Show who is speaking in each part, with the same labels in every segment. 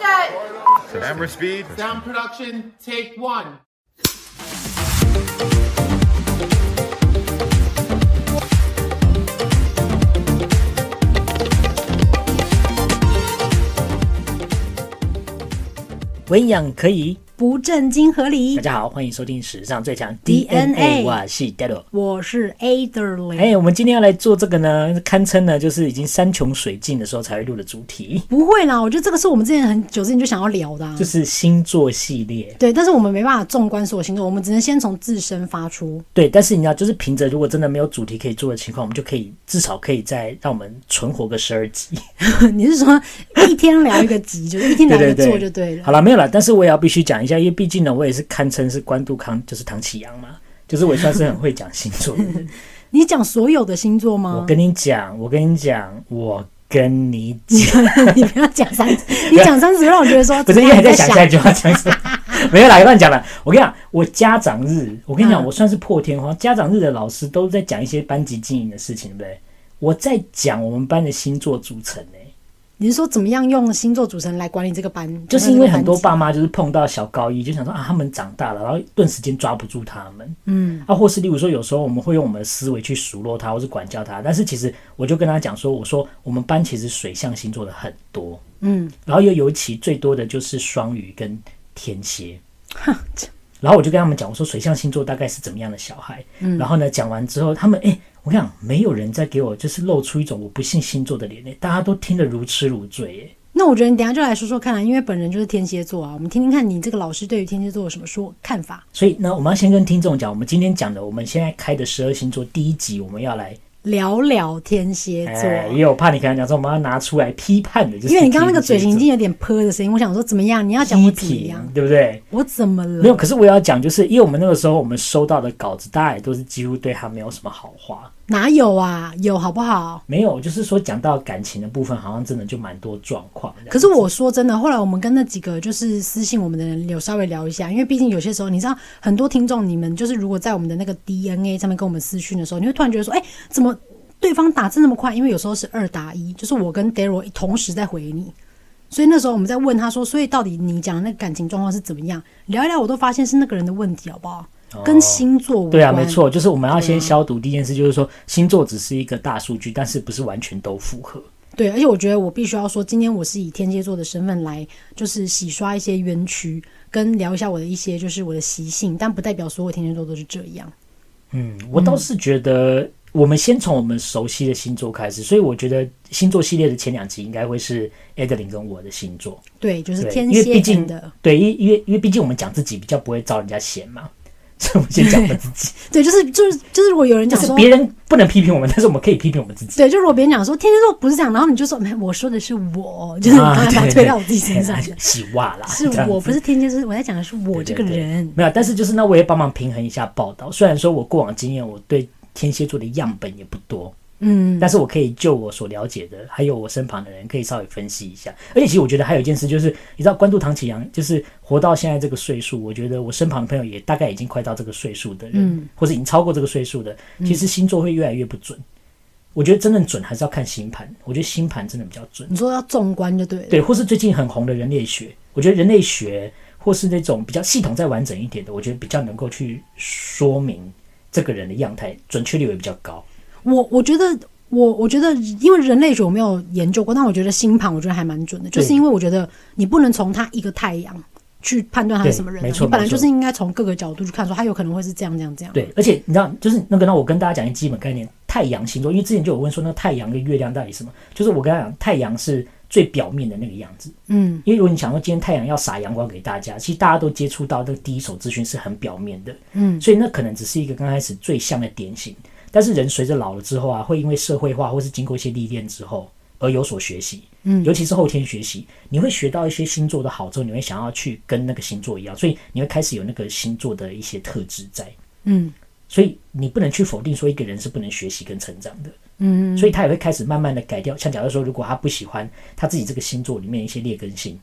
Speaker 1: cut.
Speaker 2: Amber Speed.
Speaker 3: Sound production, take one.
Speaker 4: 文养可以。
Speaker 5: 不正经合理
Speaker 4: 大。家好，欢迎收听史上最强
Speaker 5: DNA
Speaker 4: 我是 d a d o
Speaker 5: 我是 Aderley，、
Speaker 4: 哎，我们今天要来做这个呢，堪称呢就是已经山穷水尽的时候才会录的主题，
Speaker 5: 不会啦，我觉得这个是我们之前很久之前就想要聊的、啊。
Speaker 4: 就是星座系列。
Speaker 5: 对，但是我们没办法纵观所有星座，我们只能先从自身发出。
Speaker 4: 对，但是你知道，就是凭着如果真的没有主题可以做的情况，我们就可以至少可以再让我们存活个十二集。
Speaker 5: 你是说一天聊一个 集，就是一天聊一个做就 对了。
Speaker 4: 好了，没有了，但是我也要必须讲一下，因为毕竟呢，我也是堪称是关渡康，就是唐启阳嘛，就是我也算是很会讲星座的人。
Speaker 5: 嗯你讲所有的星座
Speaker 4: 我
Speaker 5: 吗？
Speaker 4: 跟你讲，我跟你讲，我跟你讲，
Speaker 5: 你不要 讲三，你讲三十让我觉得说
Speaker 4: 不是因为还在想下一
Speaker 5: 想
Speaker 4: 句话讲什么， 没有啦，乱讲了。我跟你讲，我家长日，我跟你讲，
Speaker 5: 嗯
Speaker 4: 我算是破天荒，家长日的老师都在讲一些班级经营的事情，对不对？我在讲我们班的星座组成、欸，
Speaker 5: 你是说怎么样用星座组成来管理这个班？
Speaker 4: 就是因为很多
Speaker 5: 班
Speaker 4: 爸妈就是碰到小高一，就想说啊，他们长大了，然后顿时间抓不住他们，
Speaker 5: 嗯，
Speaker 4: 啊，或是例如说，有时候我们会用我们的思维去数落他，或是管教他，但是其实我就跟他讲说，我说我们班其实水象星座的很多，
Speaker 5: 嗯，
Speaker 4: 然后又尤其最多的就是双鱼跟天蝎，然后我就跟他们讲，我说水象星座大概是怎么样的小孩，
Speaker 5: 嗯
Speaker 4: 然后呢，讲完之后，他们哎、我跟你讲，没有人再给我就是露出一种我不信星座的脸，哎大家都听得如痴如醉，哎。
Speaker 5: 那我觉得你等一下就来说说看、啊，因为本人就是天蝎座啊，我们听听看你这个老师对于天蝎座有什么说看法？
Speaker 4: 所以呢，我们要先跟听众讲，我们今天讲的，我们现在开的十二星座第一集，我们要来，
Speaker 5: 聊聊天蝎座。
Speaker 4: 哎，因为我怕你可能讲说我们要拿出来批判的，就是
Speaker 5: 因为你刚刚那个嘴型已
Speaker 4: 天
Speaker 5: 经
Speaker 4: 蝎
Speaker 5: 有点泼的声音，我想说怎么样？你要
Speaker 4: 座
Speaker 5: 讲我怎么
Speaker 4: 批
Speaker 5: 样
Speaker 4: 评，？对不对？
Speaker 5: 我怎么
Speaker 4: 没有，
Speaker 5: 了？
Speaker 4: 可是我也要讲，就是因为我们那个时候我们收到的稿子，大家也都是几乎对他没有什么好话，
Speaker 5: 哪有啊？有好不好？
Speaker 4: 没有，就是说讲到感情的部分，好像真的就蛮多状况这样。
Speaker 5: 可是我说真的，后来我们跟那几个就是私信我们的人有稍微聊一下，因为毕竟有些时候，你知道很多听众，你们就是如果在我们的那个 DNA 上面跟我们私讯的时候，你会突然觉得说，哎、怎么对方打字那么快？因为有时候是二打一，就是我跟 Daryl 同时在回你，所以那时候我们在问他说，所以到底你讲的那个感情状况是怎么样？聊一聊，我都发现是那个人的问题，好不好？跟星座无关。
Speaker 4: 哦对啊，没。错，就是我们要先
Speaker 5: 啊
Speaker 4: 消毒第一件事，就是说星座只是一个大数据，但是不是完全都符合。
Speaker 5: 对，而且我觉得我必须要说，今天我是以天蝎座的身份来，就是洗刷一些冤屈，跟聊一下我的一些就是我的习性，但不代表所有天蝎座都是这样。
Speaker 4: 嗯，我倒是觉得，我们先从我们熟悉的星座开始，所以我觉得星座系列的前两集应该会是 Adeline 跟我的星座，
Speaker 5: 对，就是
Speaker 4: 对，
Speaker 5: 天
Speaker 4: 因为毕
Speaker 5: 蝎型
Speaker 4: 竟
Speaker 5: 的，
Speaker 4: 对，因因为因为毕竟我们讲自己比较不会招人家嫌嘛，所以我们先讲我 们自己，
Speaker 5: 对，就是就是就是，如果有人
Speaker 4: 就
Speaker 5: 讲
Speaker 4: 是
Speaker 5: 说，
Speaker 4: 别人不能批评我们，但是我们可以批评我们自己。
Speaker 5: 对，就如果别人讲说天蝎座不是这样，然后你就说，没，我说的是我，就是你
Speaker 4: 啊
Speaker 5: 刚才把它推到我自己身上，
Speaker 4: 洗袜啦，
Speaker 5: 是
Speaker 4: 这样
Speaker 5: 我
Speaker 4: 子
Speaker 5: 不是天蝎，就是我在讲的是我
Speaker 4: 对
Speaker 5: 这
Speaker 4: 对
Speaker 5: 个
Speaker 4: 对
Speaker 5: 人。
Speaker 4: 没有，但是就是那我也帮忙平衡一下报道。虽然说我过往经验，我对天蝎座的样本也不多，
Speaker 5: 嗯，
Speaker 4: 但是我可以就我所了解的，还有我身旁的人，可以稍微分析一下。而且其实我觉得还有一件事，就是你知道关注唐启阳，就是活到现在这个岁数，我觉得我身旁的朋友也大概已经快到这个岁数的人，
Speaker 5: 嗯
Speaker 4: 或者已经超过这个岁数的，其实星座会越来越不准。我觉得真正准还是要看星盘，我觉得星盘真的比较准。
Speaker 5: 你说要纵观就对了。
Speaker 4: 对，或是最近很红的人类学，我觉得人类学或是那种比较系统再完整一点的，我觉得比较能够去说明这个人的样态，准确率也比较高。
Speaker 5: 我我觉得我我觉得，因为人类学我没有研究过，但我觉得星盘我觉得还蛮准的，就是因为我觉得你不能从他一个太阳去判断他是什么人、啊，
Speaker 4: 对没错
Speaker 5: 你本来
Speaker 4: 没错
Speaker 5: 就是应该从各个角度去看，说他有可能会是这样这样这样。
Speaker 4: 对，而且你知道，就是那个，那我跟大家讲一个基本概念，太阳星座，因为之前就有问说，那个太阳跟月亮到底是什么？就是我跟他讲，太阳是最表面的那个样子，
Speaker 5: 嗯，
Speaker 4: 因为如果你想说今天太阳要洒阳光给大家，其实大家都接触到那个第一手资讯是很表面的，
Speaker 5: 嗯，
Speaker 4: 所以那可能只是一个刚开始最像的典型。但是人随着老了之后啊，会因为社会化或是经过一些历练之后而有所学习，嗯，尤其是后天学习，你会学到一些星座的好之后，你会想要去跟那个星座一样，所以你会开始有那个星座的一些特质在，
Speaker 5: 嗯，
Speaker 4: 所以你不能去否定说一个人是不能学习跟成长的，嗯，所以他也会开始慢慢的改掉。像假如说，如果他不喜欢他自己这个星座里面一些劣根性，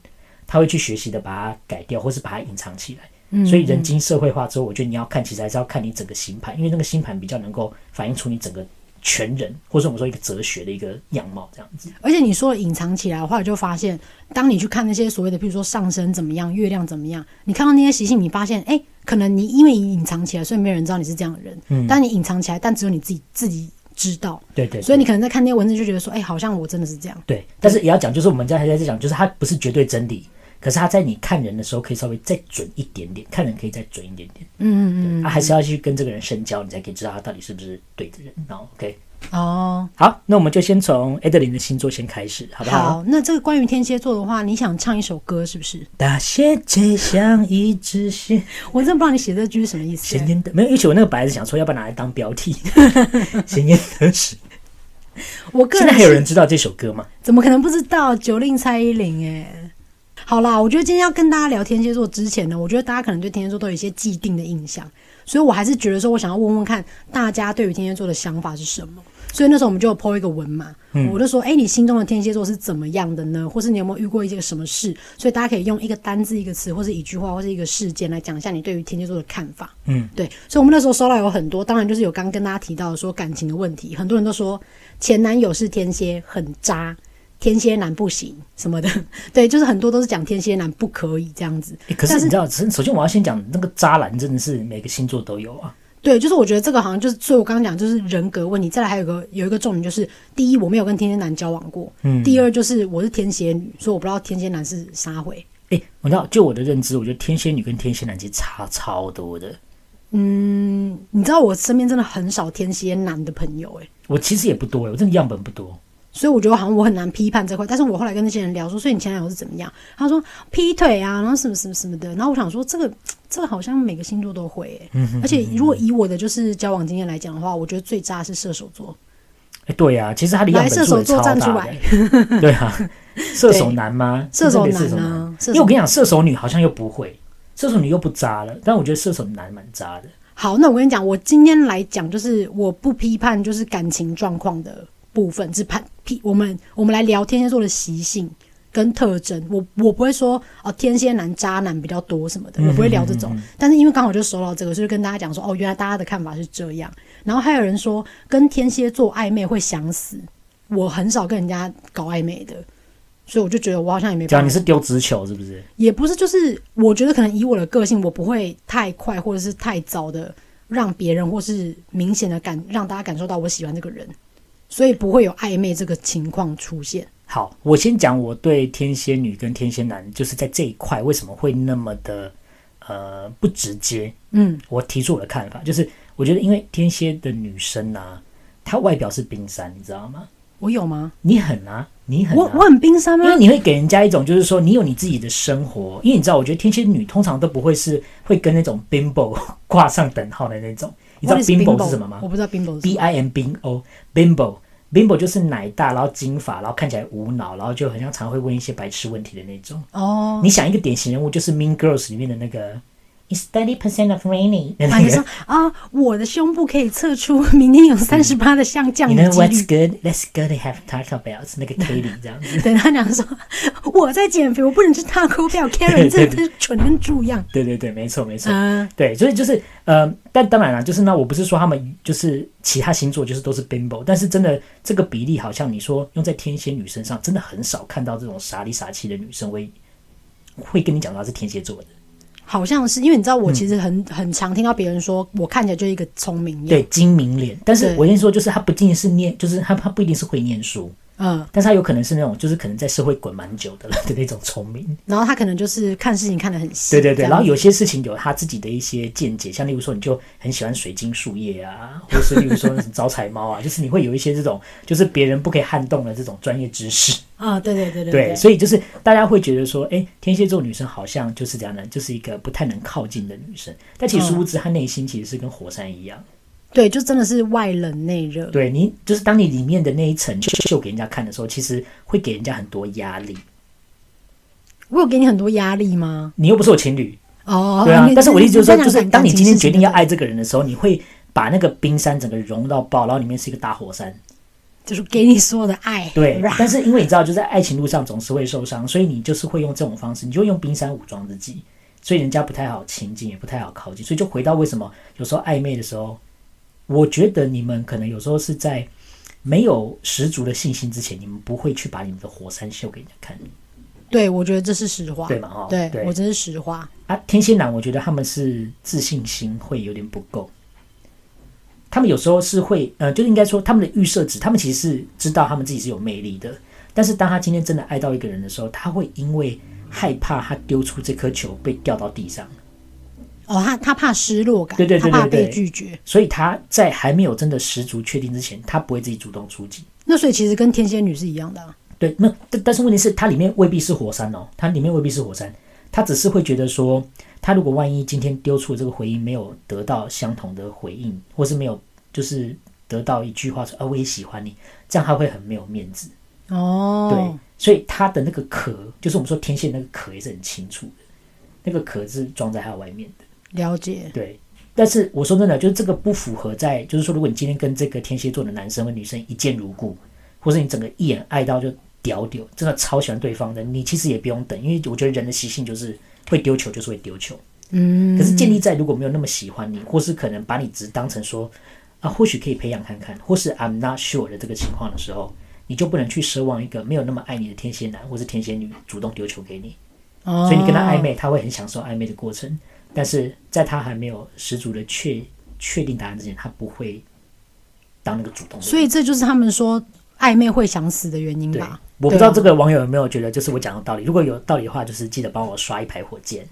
Speaker 4: 他会去学习的把它改掉，或是把它隐藏起来。所以人经社会化之后，我觉得你要看，其实还是要看你整个星盘，因为那个星盘比较能够反映出你整个全人，或者我们说一个哲学的一个样貌这样子。
Speaker 5: 而且你说隐藏起来的话，我就发现，当你去看那些所谓的，譬如说上升怎么样，月亮怎么样，你看到那些习性，你发现，哎、可能你因为你隐藏起来，所以没有人知道你是这样的人。嗯，但你隐藏起来，但只有你自己自己知道。
Speaker 4: 对对对
Speaker 5: 所以你可能在看那些文字，就觉得说，哎、好像我真的是这样。
Speaker 4: 对，但是也要讲，就是我们刚才在讲，就是它不是绝对真理，可是它在你看人的时候可以稍微再准一点点，看人可以再准一点点。嗯嗯嗯，啊，还是要去跟这个人深交，你才可以知道他到底是不是对的人。然后 OK，
Speaker 5: 哦，
Speaker 4: 好，那我们就先从 Adeline 的星座先开始，好不好？
Speaker 5: 好，那这个关于天蝎座的话，你想唱一首歌是不是？
Speaker 4: 大蟹结像一只蟹，
Speaker 5: 我真的不知道你写这句是什么意思欸
Speaker 4: 咸。盐的没有，而且我那个本来是想说，要不要拿来当标题？咸盐得食。
Speaker 5: 我个
Speaker 4: 现
Speaker 5: 人
Speaker 4: 在还有
Speaker 5: 是
Speaker 4: 人知道这首歌吗？
Speaker 5: 怎么可能不知道九令蔡依林、哎，好啦，我觉得今天要跟大家聊天蝎座之前呢，我觉得大家可能对天蝎座都有一些既定的印象，所以我还是觉得说，我想要问问看大家对于天蝎座的想法是什么。所以那时候我们就有 po 一个文嘛，我就说，哎、你心中的天蝎座是怎么样的呢？或是你有没有遇过一些什么事？所以大家可以用一个单字、一个词，或是一句话，或是一个事件来讲一下你对于天蝎座的看法。
Speaker 4: 嗯，
Speaker 5: 对，所以我们那时候收到有很多，当然就是有刚跟大家提到的说感情的问题，很多人都说前男友是天蝎，很渣，天蝎男不行什么的， 对，就是很多都是讲天蝎男不可以这样子。
Speaker 4: 诶欸可是你知道，首首先我要先讲那个渣男，真的是每个星座都有啊。
Speaker 5: 对，就是我觉得这个好像就是，所以我刚刚讲就是人格问题，再来还有一个有一个重点就是，第一我没有跟天蝎男交往过，嗯，第二就是我是天蝎女，所以我不知道天蝎男是啥回。
Speaker 4: 哎、我知道，就我的认知，我觉得天蝎女跟天蝎男其实差超多的。
Speaker 5: 你知道我身边真的很少天蝎男的朋友、欸，
Speaker 4: 我其实也不多、欸，我真的样本不多。
Speaker 5: 所以我觉得好像我很难批判这块。但是我后来跟那些人聊说，所以你前男友是怎么样？他说劈腿啊，然后什么什么什么的。然后我想说，这个这个好像每个星座都会、欸，
Speaker 4: 嗯
Speaker 5: 而且如果以我的就是交往经验来讲的话，我觉得最渣是射手座。
Speaker 4: 哎、对啊，其实他的样
Speaker 5: 来射
Speaker 4: 本数
Speaker 5: 手
Speaker 4: 也
Speaker 5: 座
Speaker 4: 超
Speaker 5: 站出
Speaker 4: 大的。 对啊，射手男吗？
Speaker 5: 射手
Speaker 4: 真的
Speaker 5: 男
Speaker 4: 射手
Speaker 5: 啊
Speaker 4: 男，
Speaker 5: 射手
Speaker 4: 因为我跟你讲，射手女好像又不会，射手女又不渣了，但我觉得射手男蛮渣的。
Speaker 5: 好，那我跟你讲，我今天来讲就是我不批判就是感情状况的部分，只判批我们我们来聊天蝎座的习性跟特征。我我不会说哦，天蝎男渣男比较多什么的，我不会聊这种。但是因为刚好就熟到这个，所以就跟大家讲说哦，原来大家的看法是这样。然后还有人说跟天蝎座暧昧会想死，我很少跟人家搞暧昧的。所以我就觉得我好像也没
Speaker 4: 讲
Speaker 5: 办
Speaker 4: 你
Speaker 5: 法，
Speaker 4: 是丢直球是不是？
Speaker 5: 也不是，就是我觉得可能以我的个性，我不会太快或者是太早的让别人或是明显的感让大家感受到我喜欢这个人，所以不会有暧昧这个情况出现。
Speaker 4: 好，我先讲我对天蝎女跟天蝎男，就是在这一块为什么会那么的呃不直接。
Speaker 5: 嗯，
Speaker 4: 我提出我的看法，就是我觉得因为天蝎的女生啊，她外表是冰山，你知道吗？
Speaker 5: 我有吗？
Speaker 4: 你很啊，你很、啊，
Speaker 5: 我我很冰山吗
Speaker 4: 因？为你会给人家一种就是说你有你自己的生活，因为你知道，我觉得天蝎女通常都不会是会跟那种 bimbo 挂上等号的那种。你知道
Speaker 5: What is
Speaker 4: bimbo 是什么吗
Speaker 5: 我不知道 bimbo 是什
Speaker 4: ？B
Speaker 5: 么
Speaker 4: I M B O bimbo bimbo 就是奶大，然后金发，然后看起来无脑，然后就很像常会问一些白痴问题的那种。
Speaker 5: 哦。
Speaker 4: 你想一个典型人物就是 Mean Girls 里面的那个 It's thirty percent of rainy 的
Speaker 5: 啊，
Speaker 4: 那
Speaker 5: 你说
Speaker 4: 个。
Speaker 5: 啊，我的胸部可以测出 明天有三十八的像降
Speaker 4: 嗯你
Speaker 5: 雨
Speaker 4: know
Speaker 5: 几
Speaker 4: what's
Speaker 5: 率。
Speaker 4: good? Let's go to have Taco Bell. 那 个 Kelly 这样子。
Speaker 5: 对他讲说，我在减肥，我不能吃大 口表 Karen，
Speaker 4: 对对
Speaker 5: 这真是蠢跟猪一样。
Speaker 4: 对对对，没错没错。
Speaker 5: 嗯，
Speaker 4: 对，所以就是呃，但当然了，就是那我不是说他们就是其他星座就是都是 bimbo，但是真的这个比例好像你说用在天蝎女身上，真的很少看到这种傻里傻气的女生会会跟你讲她是天蝎座的。
Speaker 5: 好像是因为你知道，
Speaker 4: 嗯
Speaker 5: 我其实很、很常听到别人说我看起来就是一个聪明人，
Speaker 4: 对，精明脸，但是
Speaker 5: 对
Speaker 4: 我先说，就是她不仅仅是念，就是她她不一定是会念书，
Speaker 5: 嗯，
Speaker 4: 但是她有可能是那种就是可能在社会滚蛮久的了的那种聪明。
Speaker 5: 然后他可能就是看事情看得很细，
Speaker 4: 对对对，
Speaker 5: 这样
Speaker 4: 然后有些事情有他自己的一些见解，像例如说，你就很喜欢水晶树叶啊， 或者是例如说那种招财猫啊， 就是你会有一些这种就是别人不可以撼动的这种专业知识。
Speaker 5: 啊，对对对对
Speaker 4: 对，所以就是大家会觉得说，哎，天蝎座女生好像就是这样的，就是一个不太能靠近的女生，但其实殊不知她内心其实是跟火山一样。
Speaker 5: 嗯对，就真的是外冷内热，
Speaker 4: 对你，就是当你里面的那一层秀给人家看的时候，其实会给人家很多压力。
Speaker 5: 我有给你很多压力吗？
Speaker 4: 你又不是我情侣，
Speaker 5: 哦，
Speaker 4: 对啊
Speaker 5: 你，
Speaker 4: 但是我的意思就是说，
Speaker 5: 你在
Speaker 4: 就
Speaker 5: 讲
Speaker 4: 是当你今天决定要
Speaker 5: 感
Speaker 4: 爱这个人的时候，你会把那个冰山整个融到爆，然后里面是一个大火山。
Speaker 5: 情事情，就是给你所有的爱，，
Speaker 4: 对但是因为你知道，就在爱情路上总是会受伤，所以你就是会用这种方式，你就会用冰山武装自己，所以人家不太好亲近，也不太好靠近，所以就回到为什么有时候暧昧的时候。我觉得你们可能有时候是在没有十足的信心之前，你们不会去把你们的火山秀给人家看
Speaker 5: 对，我觉得这是实话，
Speaker 4: 对嘛哦
Speaker 5: 对
Speaker 4: 对
Speaker 5: 我这是实话，
Speaker 4: 啊。天蝎男，我觉得他们是自信心会有点不够，他们有时候是会，呃，就是应该说他们的预设值，他们其实是知道他们自己是有魅力的，但是当他今天真的爱到一个人的时候，他会因为害怕他丢出这颗球被掉到地上。
Speaker 5: 哦，他他怕失落感，
Speaker 4: 对对对
Speaker 5: 他怕
Speaker 4: 对对
Speaker 5: 被拒绝。
Speaker 4: 所以他在还没有真的十足确定之前，他不会自己主动出击。
Speaker 5: 那所以其实跟天蝎女是一样的、啊，
Speaker 4: 对，那但但是问题是，它里面未必是火山哦，它里面未必是火山，他只是会觉得说，他如果万一今天丢出的这个回应没有得到相同的回应，或是没有就是得到一句话说啊我也喜欢你，这样他会很没有面子。对，
Speaker 5: 哦，
Speaker 4: 所以他的那个壳，就是我们说天线那个壳也是很清楚的，那个壳是装在他外面的。
Speaker 5: 了解，
Speaker 4: 对，但是我说真的，就是这个不符合在，就是说，如果你今天跟这个天蝎座的男生或女生一见如故，或是你整个一眼爱到就屌屌，真的超喜欢对方的，你其实也不用等，因为我觉得人的习性就是会丢球，就是会丢球。
Speaker 5: 嗯，
Speaker 4: 可是建立在如果没有那么喜欢你，或是可能把你只当成说啊，或许可以培养看看，或是 I'm not sure 的这个情况的时候，你就不能去奢望一个没有那么爱你的天蝎男或是天蝎女主动丢球给你。
Speaker 5: 哦
Speaker 4: 所以你跟他暧昧，他会很享受暧昧的过程，但是在他还没有十足的确确定答案之前，他不会当那个主动的人。
Speaker 5: 所以这就是他们说暧昧会想死的原因
Speaker 4: 对
Speaker 5: 吧？，
Speaker 4: 我不知道
Speaker 5: 对啊
Speaker 4: 这个网友有没有觉得，就是我讲的道理。如果有道理的话，就是记得帮我刷一排火 箭，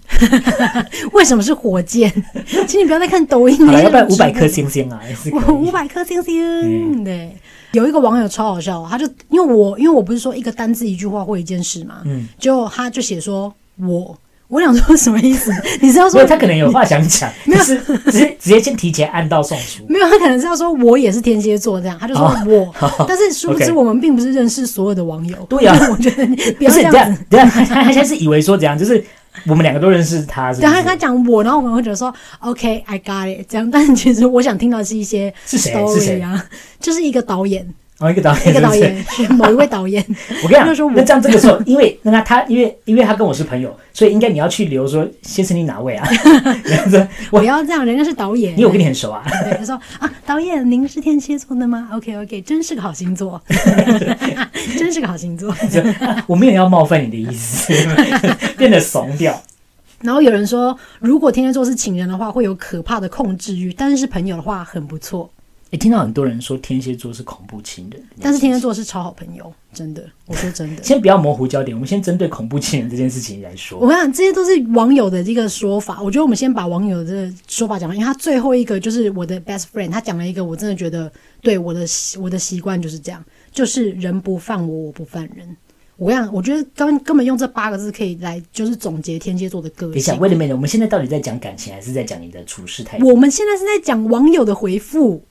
Speaker 5: 为什么是火箭？ 请你不要再看抖音
Speaker 4: 好
Speaker 5: 那
Speaker 4: 了，
Speaker 5: 些
Speaker 4: 要不然
Speaker 5: 人
Speaker 4: 五百
Speaker 5: 直
Speaker 4: 颗
Speaker 5: 播
Speaker 4: 星嗯星啊，也是可
Speaker 5: 我 五
Speaker 4: 以。
Speaker 5: 百颗星星。对，有一个网友超好笑，他就因为我因为我不是说一个单字一句话或一件事嘛，嗯，就他就写说我，我想说什么意思？ 你是要
Speaker 4: 所
Speaker 5: 说
Speaker 4: 以他可能有话想 讲，但是直接直接先提前按到送出。
Speaker 5: 没有，他可能是要说我也是天蝎座这样，他就说 我，但是殊不知
Speaker 4: 哦 OK
Speaker 5: 我们并不是认识所有的网友。
Speaker 4: 对啊
Speaker 5: 我 觉得你不
Speaker 4: 不
Speaker 5: 要这
Speaker 4: 是，
Speaker 5: 样
Speaker 4: 等下
Speaker 5: 子。
Speaker 4: 等下，他他他现在是以为说怎样，就是我们两个都认识他，是不
Speaker 5: 对他
Speaker 4: 是
Speaker 5: 他？讲我，然后我们会觉得说 OK，I、got it 这样，但是其实我想听到的是一些
Speaker 4: 是谁
Speaker 5: story 啊，就是一个导演，
Speaker 4: 哦，一个导演，
Speaker 5: 一个导
Speaker 4: 是不是
Speaker 5: 演，是某一位导演，
Speaker 4: 我跟你
Speaker 5: 那时
Speaker 4: 讲
Speaker 5: 候我，
Speaker 4: 那这样这个时候， 因为那他因为因为他跟我是朋友，所以应该你要去留说先生你哪 位啊？然后说
Speaker 5: 不
Speaker 4: 我
Speaker 5: 要这样，人家是导演，
Speaker 4: 因为我跟你很熟啊，
Speaker 5: 对，他说啊，导演，您是天蝎座的吗？OK OK，真 是个好星座，真是个好星座。
Speaker 4: 就啊我没有要冒犯你的意思， 变得怂掉。
Speaker 5: 然后有人说，如果天蝎座是情人的话，会有可怕的控制欲；但是是朋友的话，很不错。
Speaker 4: 也哎听到很多人说天蝎座是恐怖情人，
Speaker 5: 但是天蝎座是超好朋友，真的，我说真的。
Speaker 4: 先不要模糊焦点，我们先针对恐怖情人这件事情来
Speaker 5: 我
Speaker 4: 说。
Speaker 5: 跟你讲，这些都是网友的这个说法。我觉得我们先把网友的说法讲完，因为他最后一个就是我的 best friend，他讲了一个我真的觉得对我的习我的习惯就是这样，就是人不犯我，我不犯人。我跟你讲，我觉得根根本用这八个字可以来就是总结天蝎座的个
Speaker 4: 等一下
Speaker 5: 性。
Speaker 4: 哎，Wait a minute，我们现在到底在讲感情，还是在讲你的处事态度？
Speaker 5: 我们现在是在讲网友的回复，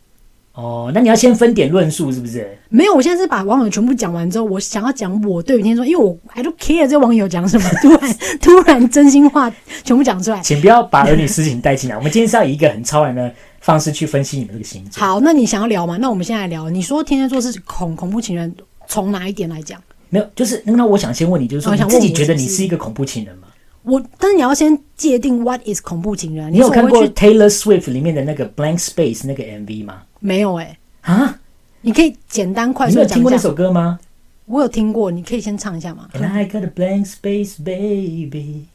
Speaker 4: 哦，那你要先分点论述，是不是？
Speaker 5: 没有，我现在是把网友全部讲完之后，我想要讲我对于天蝎座，因为我 I don't care 这网友讲什么，突然 突然真心话全部讲出来。
Speaker 4: 请不要把儿女私情带进来。我们今天是要以一个很超然的方式去分析你们这个星座。
Speaker 5: 好，那你想要聊吗？那我们现在来聊。你说天蝎座是恐恐怖情人，从哪一点来讲？
Speaker 4: 没有，就是那那我想先问你，就是说
Speaker 5: 哦
Speaker 4: 你
Speaker 5: 想
Speaker 4: 自己
Speaker 5: 问我
Speaker 4: 觉得
Speaker 5: 是不
Speaker 4: 你
Speaker 5: 是
Speaker 4: 是一个恐怖情人吗？
Speaker 5: 我，但是你要先界定 what is 恐怖情人啊。
Speaker 4: 你有
Speaker 5: 说
Speaker 4: 看
Speaker 5: 我
Speaker 4: 过
Speaker 5: 会去
Speaker 4: Taylor Swift 里面的那个 Blank Space 那个 MV 吗？
Speaker 5: 没有、欸？
Speaker 4: 啊，
Speaker 5: 你可以简单快
Speaker 4: 你
Speaker 5: 速
Speaker 4: 没有
Speaker 5: 地哦讲嗯
Speaker 4: 听过
Speaker 5: 一
Speaker 4: 那
Speaker 5: 下。
Speaker 4: 首歌吗
Speaker 5: 我有听过，你可以先唱一下吗？
Speaker 4: ？And I got a blank space, baby.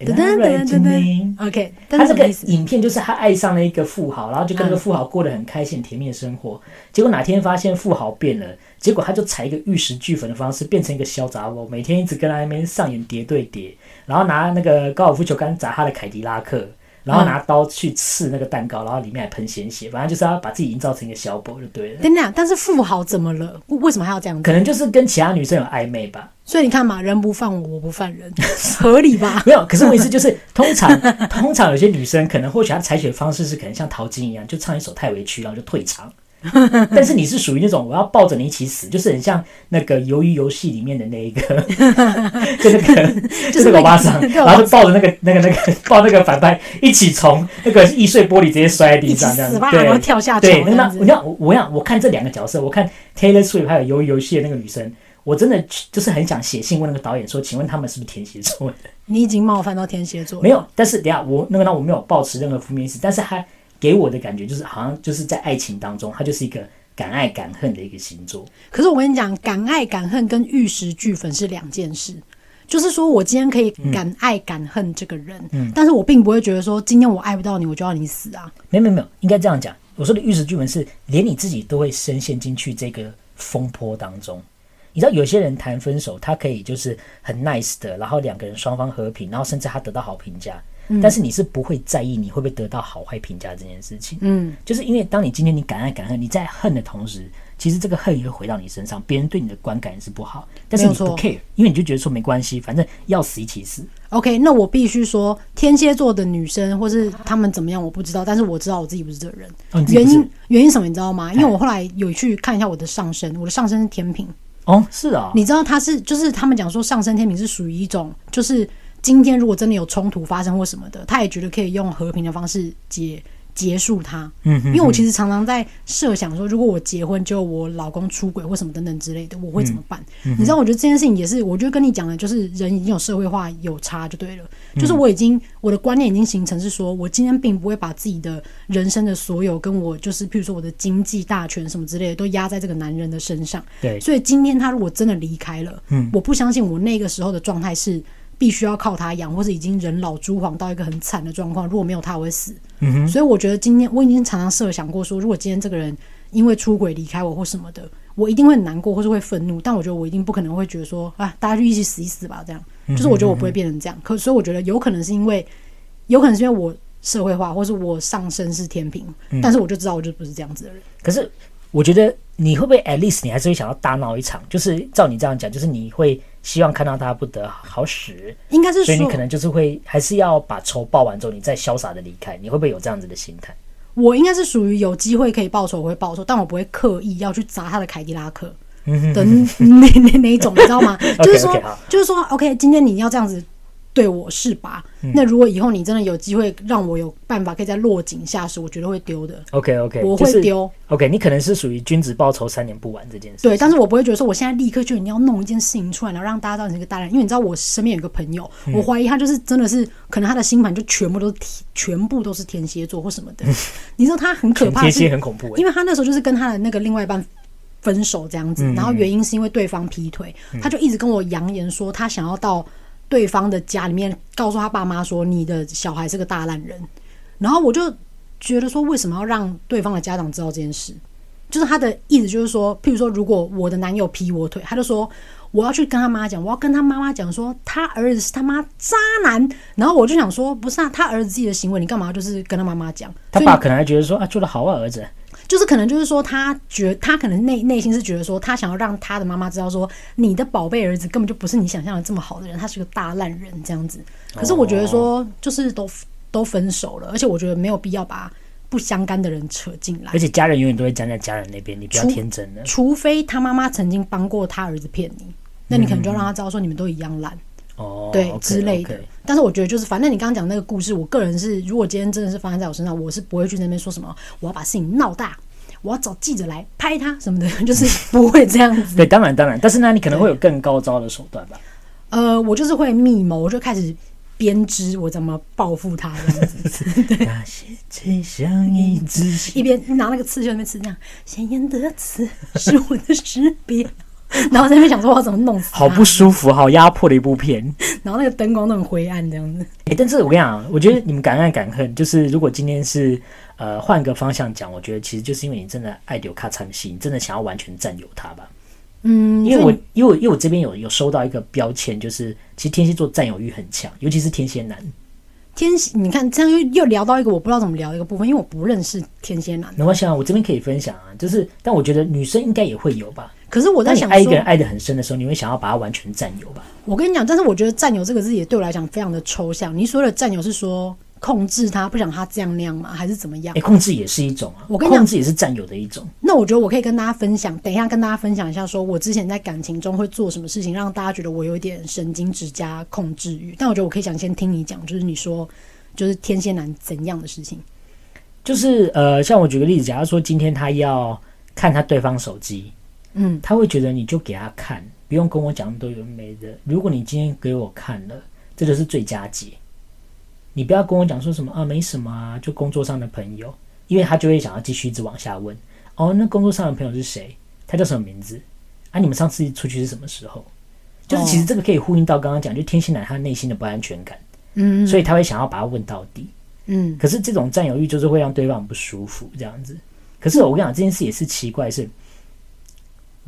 Speaker 4: And I
Speaker 5: 噔噔
Speaker 4: write
Speaker 5: 噔
Speaker 4: your
Speaker 5: 噔
Speaker 4: name.
Speaker 5: 噔，OK，但
Speaker 4: 他这
Speaker 5: 是什
Speaker 4: 个
Speaker 5: 么意思？
Speaker 4: 影片就是他爱上了一个富豪，然后就跟那个
Speaker 5: 嗯
Speaker 4: 富豪过得很开心、甜蜜的生活。结果哪天发现富豪变了，结果他就采一个玉石俱焚的方式，变成一个小杂货，每天一直跟他那边上演叠对叠，然后拿那个高尔夫球杆砸他的凯迪拉克，然后拿刀去刺那个蛋糕，然后里面还喷鲜血，反正就是要把自己营造成一个小宝就对了。
Speaker 5: 等等，但是富豪怎么了？为为什么还要这样子？
Speaker 4: 可能就是跟其他女生有暧昧吧，
Speaker 5: 所以你看嘛，人不犯我，我不犯人， 合理吧？
Speaker 4: 没有。可是我意思就是， 通常通常有些女生可能或许她采取的方式是可能像淘金一样，就唱一首《太委屈》，然后就退场。但是你是属于那种我要抱着你一起死，就是很像那个《鱿鱼游戏》里面的那一个， 就那个
Speaker 5: 就
Speaker 4: 就
Speaker 5: 是那个
Speaker 4: 那个巴掌，
Speaker 5: 对
Speaker 4: 然后就抱着那个那个那个抱那个反派一起从那个易碎玻璃直接摔在地上，这样子
Speaker 5: 一起死吧
Speaker 4: 对，
Speaker 5: 然后跳下
Speaker 4: 对，
Speaker 5: 桥
Speaker 4: 那
Speaker 5: 这
Speaker 4: 那
Speaker 5: 样子
Speaker 4: 我想我我想我看这两个角色，我看 Taylor Swift 还有《鱿鱼游戏》的那个女生。我真的就是很想写信问那个导演说，请问他们是不是天蝎座的？
Speaker 5: 你已经冒犯到天蝎座了
Speaker 4: 没。有，但是等一下我那个呢，我没有抱持任何负面意思，但是他给我的感觉就是好像就是在爱情当中，它就是一个敢爱敢恨的一个星座。
Speaker 5: 可是我跟你讲，敢爱敢恨跟玉石俱焚是两件事。就是说我今天可以敢爱敢恨这个人，
Speaker 4: 嗯
Speaker 5: 但是我并不会觉得说今天我爱不到你，我就要你死啊。
Speaker 4: 没有没有没有，应该这样讲。我说的玉石俱焚是连你自己都会深陷进去这个风波当中。你知道有些人谈分手，他可以就是很 nice 的，然后两个人双方和平，然后甚至他得到好评价。
Speaker 5: 嗯
Speaker 4: 但是你是不会在意你会不会得到好坏评价这件事情，嗯，就是因为当你今天你敢爱敢恨，你在恨的同时，其实这个恨也会回到你身上，别人对你的观感是不好，但是你
Speaker 5: 没有
Speaker 4: 不
Speaker 5: 错
Speaker 4: care，因为你就觉得说没关系，反正要死一起死，
Speaker 5: OK，那我必须说，天蝎座的女生或是她们怎么样，我不知道，但是我知道我自己不是这个人。
Speaker 4: 哦你自己不
Speaker 5: 原
Speaker 4: 是
Speaker 5: 因原因什么你知道吗？因为我后来有去看一下我的上身，我的上身是天平，
Speaker 4: 哦，是啊、
Speaker 5: 你知道它是就是他们讲说上升天平是属于一种就是今天如果真的有冲突发生或什么的，他也觉得可以用和平的方式结结束它。嗯因为我其实常常在设想说，如果我结婚就我老公出轨或什么等等之类的，我会怎么办？你知道，我觉得这件事情也是，我就跟你讲的，就是人已经有社会化有差就对了，就是我已经我的观念已经形成是说，我今天并不会把自己的人生的所有跟我就是譬如说我的经济大权什么之类的都压在这个男人的身上，
Speaker 4: 对
Speaker 5: 所以今天他如果真的离开了，嗯，我不相信我那个时候的状态是必须要靠他养，或是已经人老珠黄到一个很惨的状况，如果没有他我会死。嗯哼，所以我觉得今天我已经常常设想过说，如果今天这个人因为出轨离开我或什么的，我一定会很难过，或是会愤怒，但我觉得我一定不可能会觉得说啊，大家就一起死一死吧，这样，
Speaker 4: 嗯
Speaker 5: 就是我觉得我不会变成这样。可所以我觉得有可能是因为，有可能是因为我。社会化，或是我上身是天平，
Speaker 4: 嗯
Speaker 5: 但是我就知道我就不是这样子的人。
Speaker 4: 可是我觉得你会不会 at least 你还是会想要大闹一场？就是照你这样讲，就是你会希望看到他不得好死，
Speaker 5: 应该是
Speaker 4: 所
Speaker 5: 说，
Speaker 4: 以你可能就是会还是要把仇报完之后，你再潇洒的离开。你会不会有这样子的心态？
Speaker 5: 我应该是属于有机会可以报仇我会报仇，但我不会刻意要去砸他的凯迪拉克的那那那一种，你知道吗？就是说
Speaker 4: OK，好
Speaker 5: 就是说，OK，今天你要这样子对我是吧？那如果以后你真的有机会让我有办法可以在落井下石，我绝对会丢的。
Speaker 4: OK OK，
Speaker 5: 我会丢。
Speaker 4: OK，你可能是属于君子报仇三年不晚这件事。
Speaker 5: 对，但是我不会觉得说我现在立刻就你要弄一件事情出来，然后让大家知道你是个大人，因为你知道我身边有一个朋友，
Speaker 4: 嗯
Speaker 5: 我怀疑他就是真的是可能他的星盘就全部都是天全部都是天蝎座或什么的， 你知道他很可怕
Speaker 4: 嗯天
Speaker 5: 的是，
Speaker 4: 蝎很恐怖欸
Speaker 5: 因为他那时候就是跟他的那个另外一半分手这样子，
Speaker 4: 嗯
Speaker 5: 然后原因是因为对方劈腿，他就一直跟我扬言说他想要到对方的家里面告诉他爸妈说你的小孩是个大烂人，然后我就觉得说为什么要让对方的家长知道这件事？就是他的意思就是说，譬如说如果我的男友劈我腿，他就说。我要去跟他妈讲，我要跟他妈妈讲说，他儿子是他妈渣男。然后我就想说，不是啊，他儿子自己的行为，你干嘛就是跟他妈妈讲？
Speaker 4: 他
Speaker 5: 所以
Speaker 4: 爸可能还觉得说啊，做的好啊，儿子。
Speaker 5: 就是可能就是说，他觉他可能内内心是觉得说，他想要让他的妈妈知道说，你的宝贝儿子根本就不是你想象的这么好的人，他是个大烂人这样子。
Speaker 4: 哦
Speaker 5: 可是我觉得说，就是都都分手了，而且我觉得没有必要把不相干的人扯进来
Speaker 4: 而，且家人永远都会站在家人那边，你不要
Speaker 5: 除
Speaker 4: 天真了。
Speaker 5: 除非他妈妈曾经帮过他儿子骗你，那你可能就要让他知道说，你们都一样烂。
Speaker 4: 嗯哦，
Speaker 5: 对
Speaker 4: OK，
Speaker 5: 之类的
Speaker 4: OK。
Speaker 5: 但是我觉得就是，反正你刚刚讲那个故事，我个人是，如果今天真的是发生在我身上，我是不会去那边说什么我要把事情闹大，我要找记者来拍他什么的， 就是不会这样子。
Speaker 4: 对，当然当然，但是呢，你可能会有更高招的手段吧。
Speaker 5: 呃，我就是会密谋，我就开始编织我怎么报复他这样子，
Speaker 4: 那些真相一直
Speaker 5: 一边拿那个刺就在那边刺，这样鲜艳的刺是我的识 别。然后在那边想说，我要怎么弄死他？
Speaker 4: 好不舒服，好压迫的一部片。
Speaker 5: 然后那个灯光都很灰暗，这样子。
Speaker 4: 哎、但是我跟你讲，我觉得你们敢爱敢恨，就是如果今天是呃换个方向讲，我觉得其实就是因为你真的爱柳卡参戏，你真的想要完全占有它吧。
Speaker 5: 嗯，
Speaker 4: 因为
Speaker 5: 所
Speaker 4: 我
Speaker 5: 以
Speaker 4: 因为我因为我这边有有收到一个标签，就是其实天蝎座占有欲很强，尤其是天蝎男。
Speaker 5: 天蝎，你看这样又又聊到一个我不知道怎么聊的一个部分，因为我不认识天蝎男。
Speaker 4: 没关系啊，我这边可以分享啊，就是但我觉得女生应该也会有吧。
Speaker 5: 可是我在
Speaker 4: 当你
Speaker 5: 想
Speaker 4: 爱一
Speaker 5: 说
Speaker 4: 个人，爱得很深的时候，你会想要把他完全占有吧？
Speaker 5: 我跟你讲，但是我觉得占有这个字也对我来讲非常的抽象。你所谓的占有是说控制他，不想他这样那样吗？还是怎么样
Speaker 4: 哎、？控制也是一种啊，
Speaker 5: 我跟你讲
Speaker 4: 控制也是占有的一种。
Speaker 5: 那我觉得我可以跟大家分享，等一下跟大家分享一下，说我之前在感情中会做什么事情，让大家觉得我有一点神经质加控制欲。但我觉得我可以想先听你讲，就是你说就是天蝎男怎样的事情。
Speaker 4: 就是呃，像我举个例子，假如说今天他要看他对方手机，
Speaker 5: 嗯，
Speaker 4: 他会觉得你就给他看，不用跟我讲那么多有的没的。如果你今天给我看了，这就是最佳解。你不要跟我讲说什么啊，没什么啊，就工作上的朋友。因为他就会想要继续一直往下问。哦，那工作上的朋友是谁？他叫什么名字？啊，你们上次出去是什么时候？就是其实这个可以呼应到刚刚讲，就天蝎男他内心的不安全感，嗯，所以他会想要把他问到底，
Speaker 5: 嗯。
Speaker 4: 可是这种占有欲就是会让对方不舒服这样子。可是我跟你讲，这件事也是奇怪，是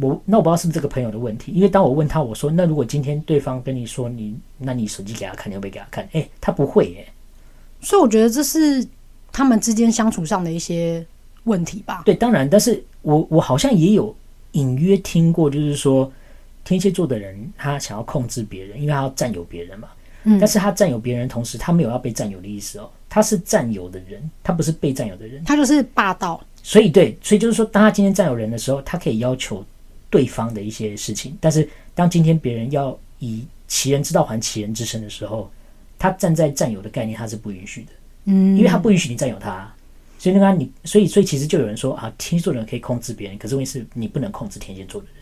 Speaker 4: 我那我不知道是不是这个朋友的问题，因为当我问他我说，那如果今天对方跟你说你，那你手机给他看，你会不会给他看？哎、他不会耶、
Speaker 5: 所以我觉得这是他们之间相处上的一些问题吧。
Speaker 4: 对，当然，但是我我好像也有隐约听过，就是说天蝎座的人他想要控制别人，因为他要占有别人嘛。
Speaker 5: 嗯
Speaker 4: 但是他占有别人的同时，他没有要被占有的意思哦，他是占有的人，他不是被占有的人。
Speaker 5: 他就是霸道，
Speaker 4: 所以对，所以就是说，当他今天占有人的时候，他可以要求对方的一些事情，但是当今天别人要以其人之道还其人之身的时候，他站在占有的概念，他是不允许的。
Speaker 5: 嗯，
Speaker 4: 因为他不允许你占有他，所以那个你，所以所以其实就有人说啊，天蝎座的人可以控制别人，可是问题是你不能控制天蝎座的人。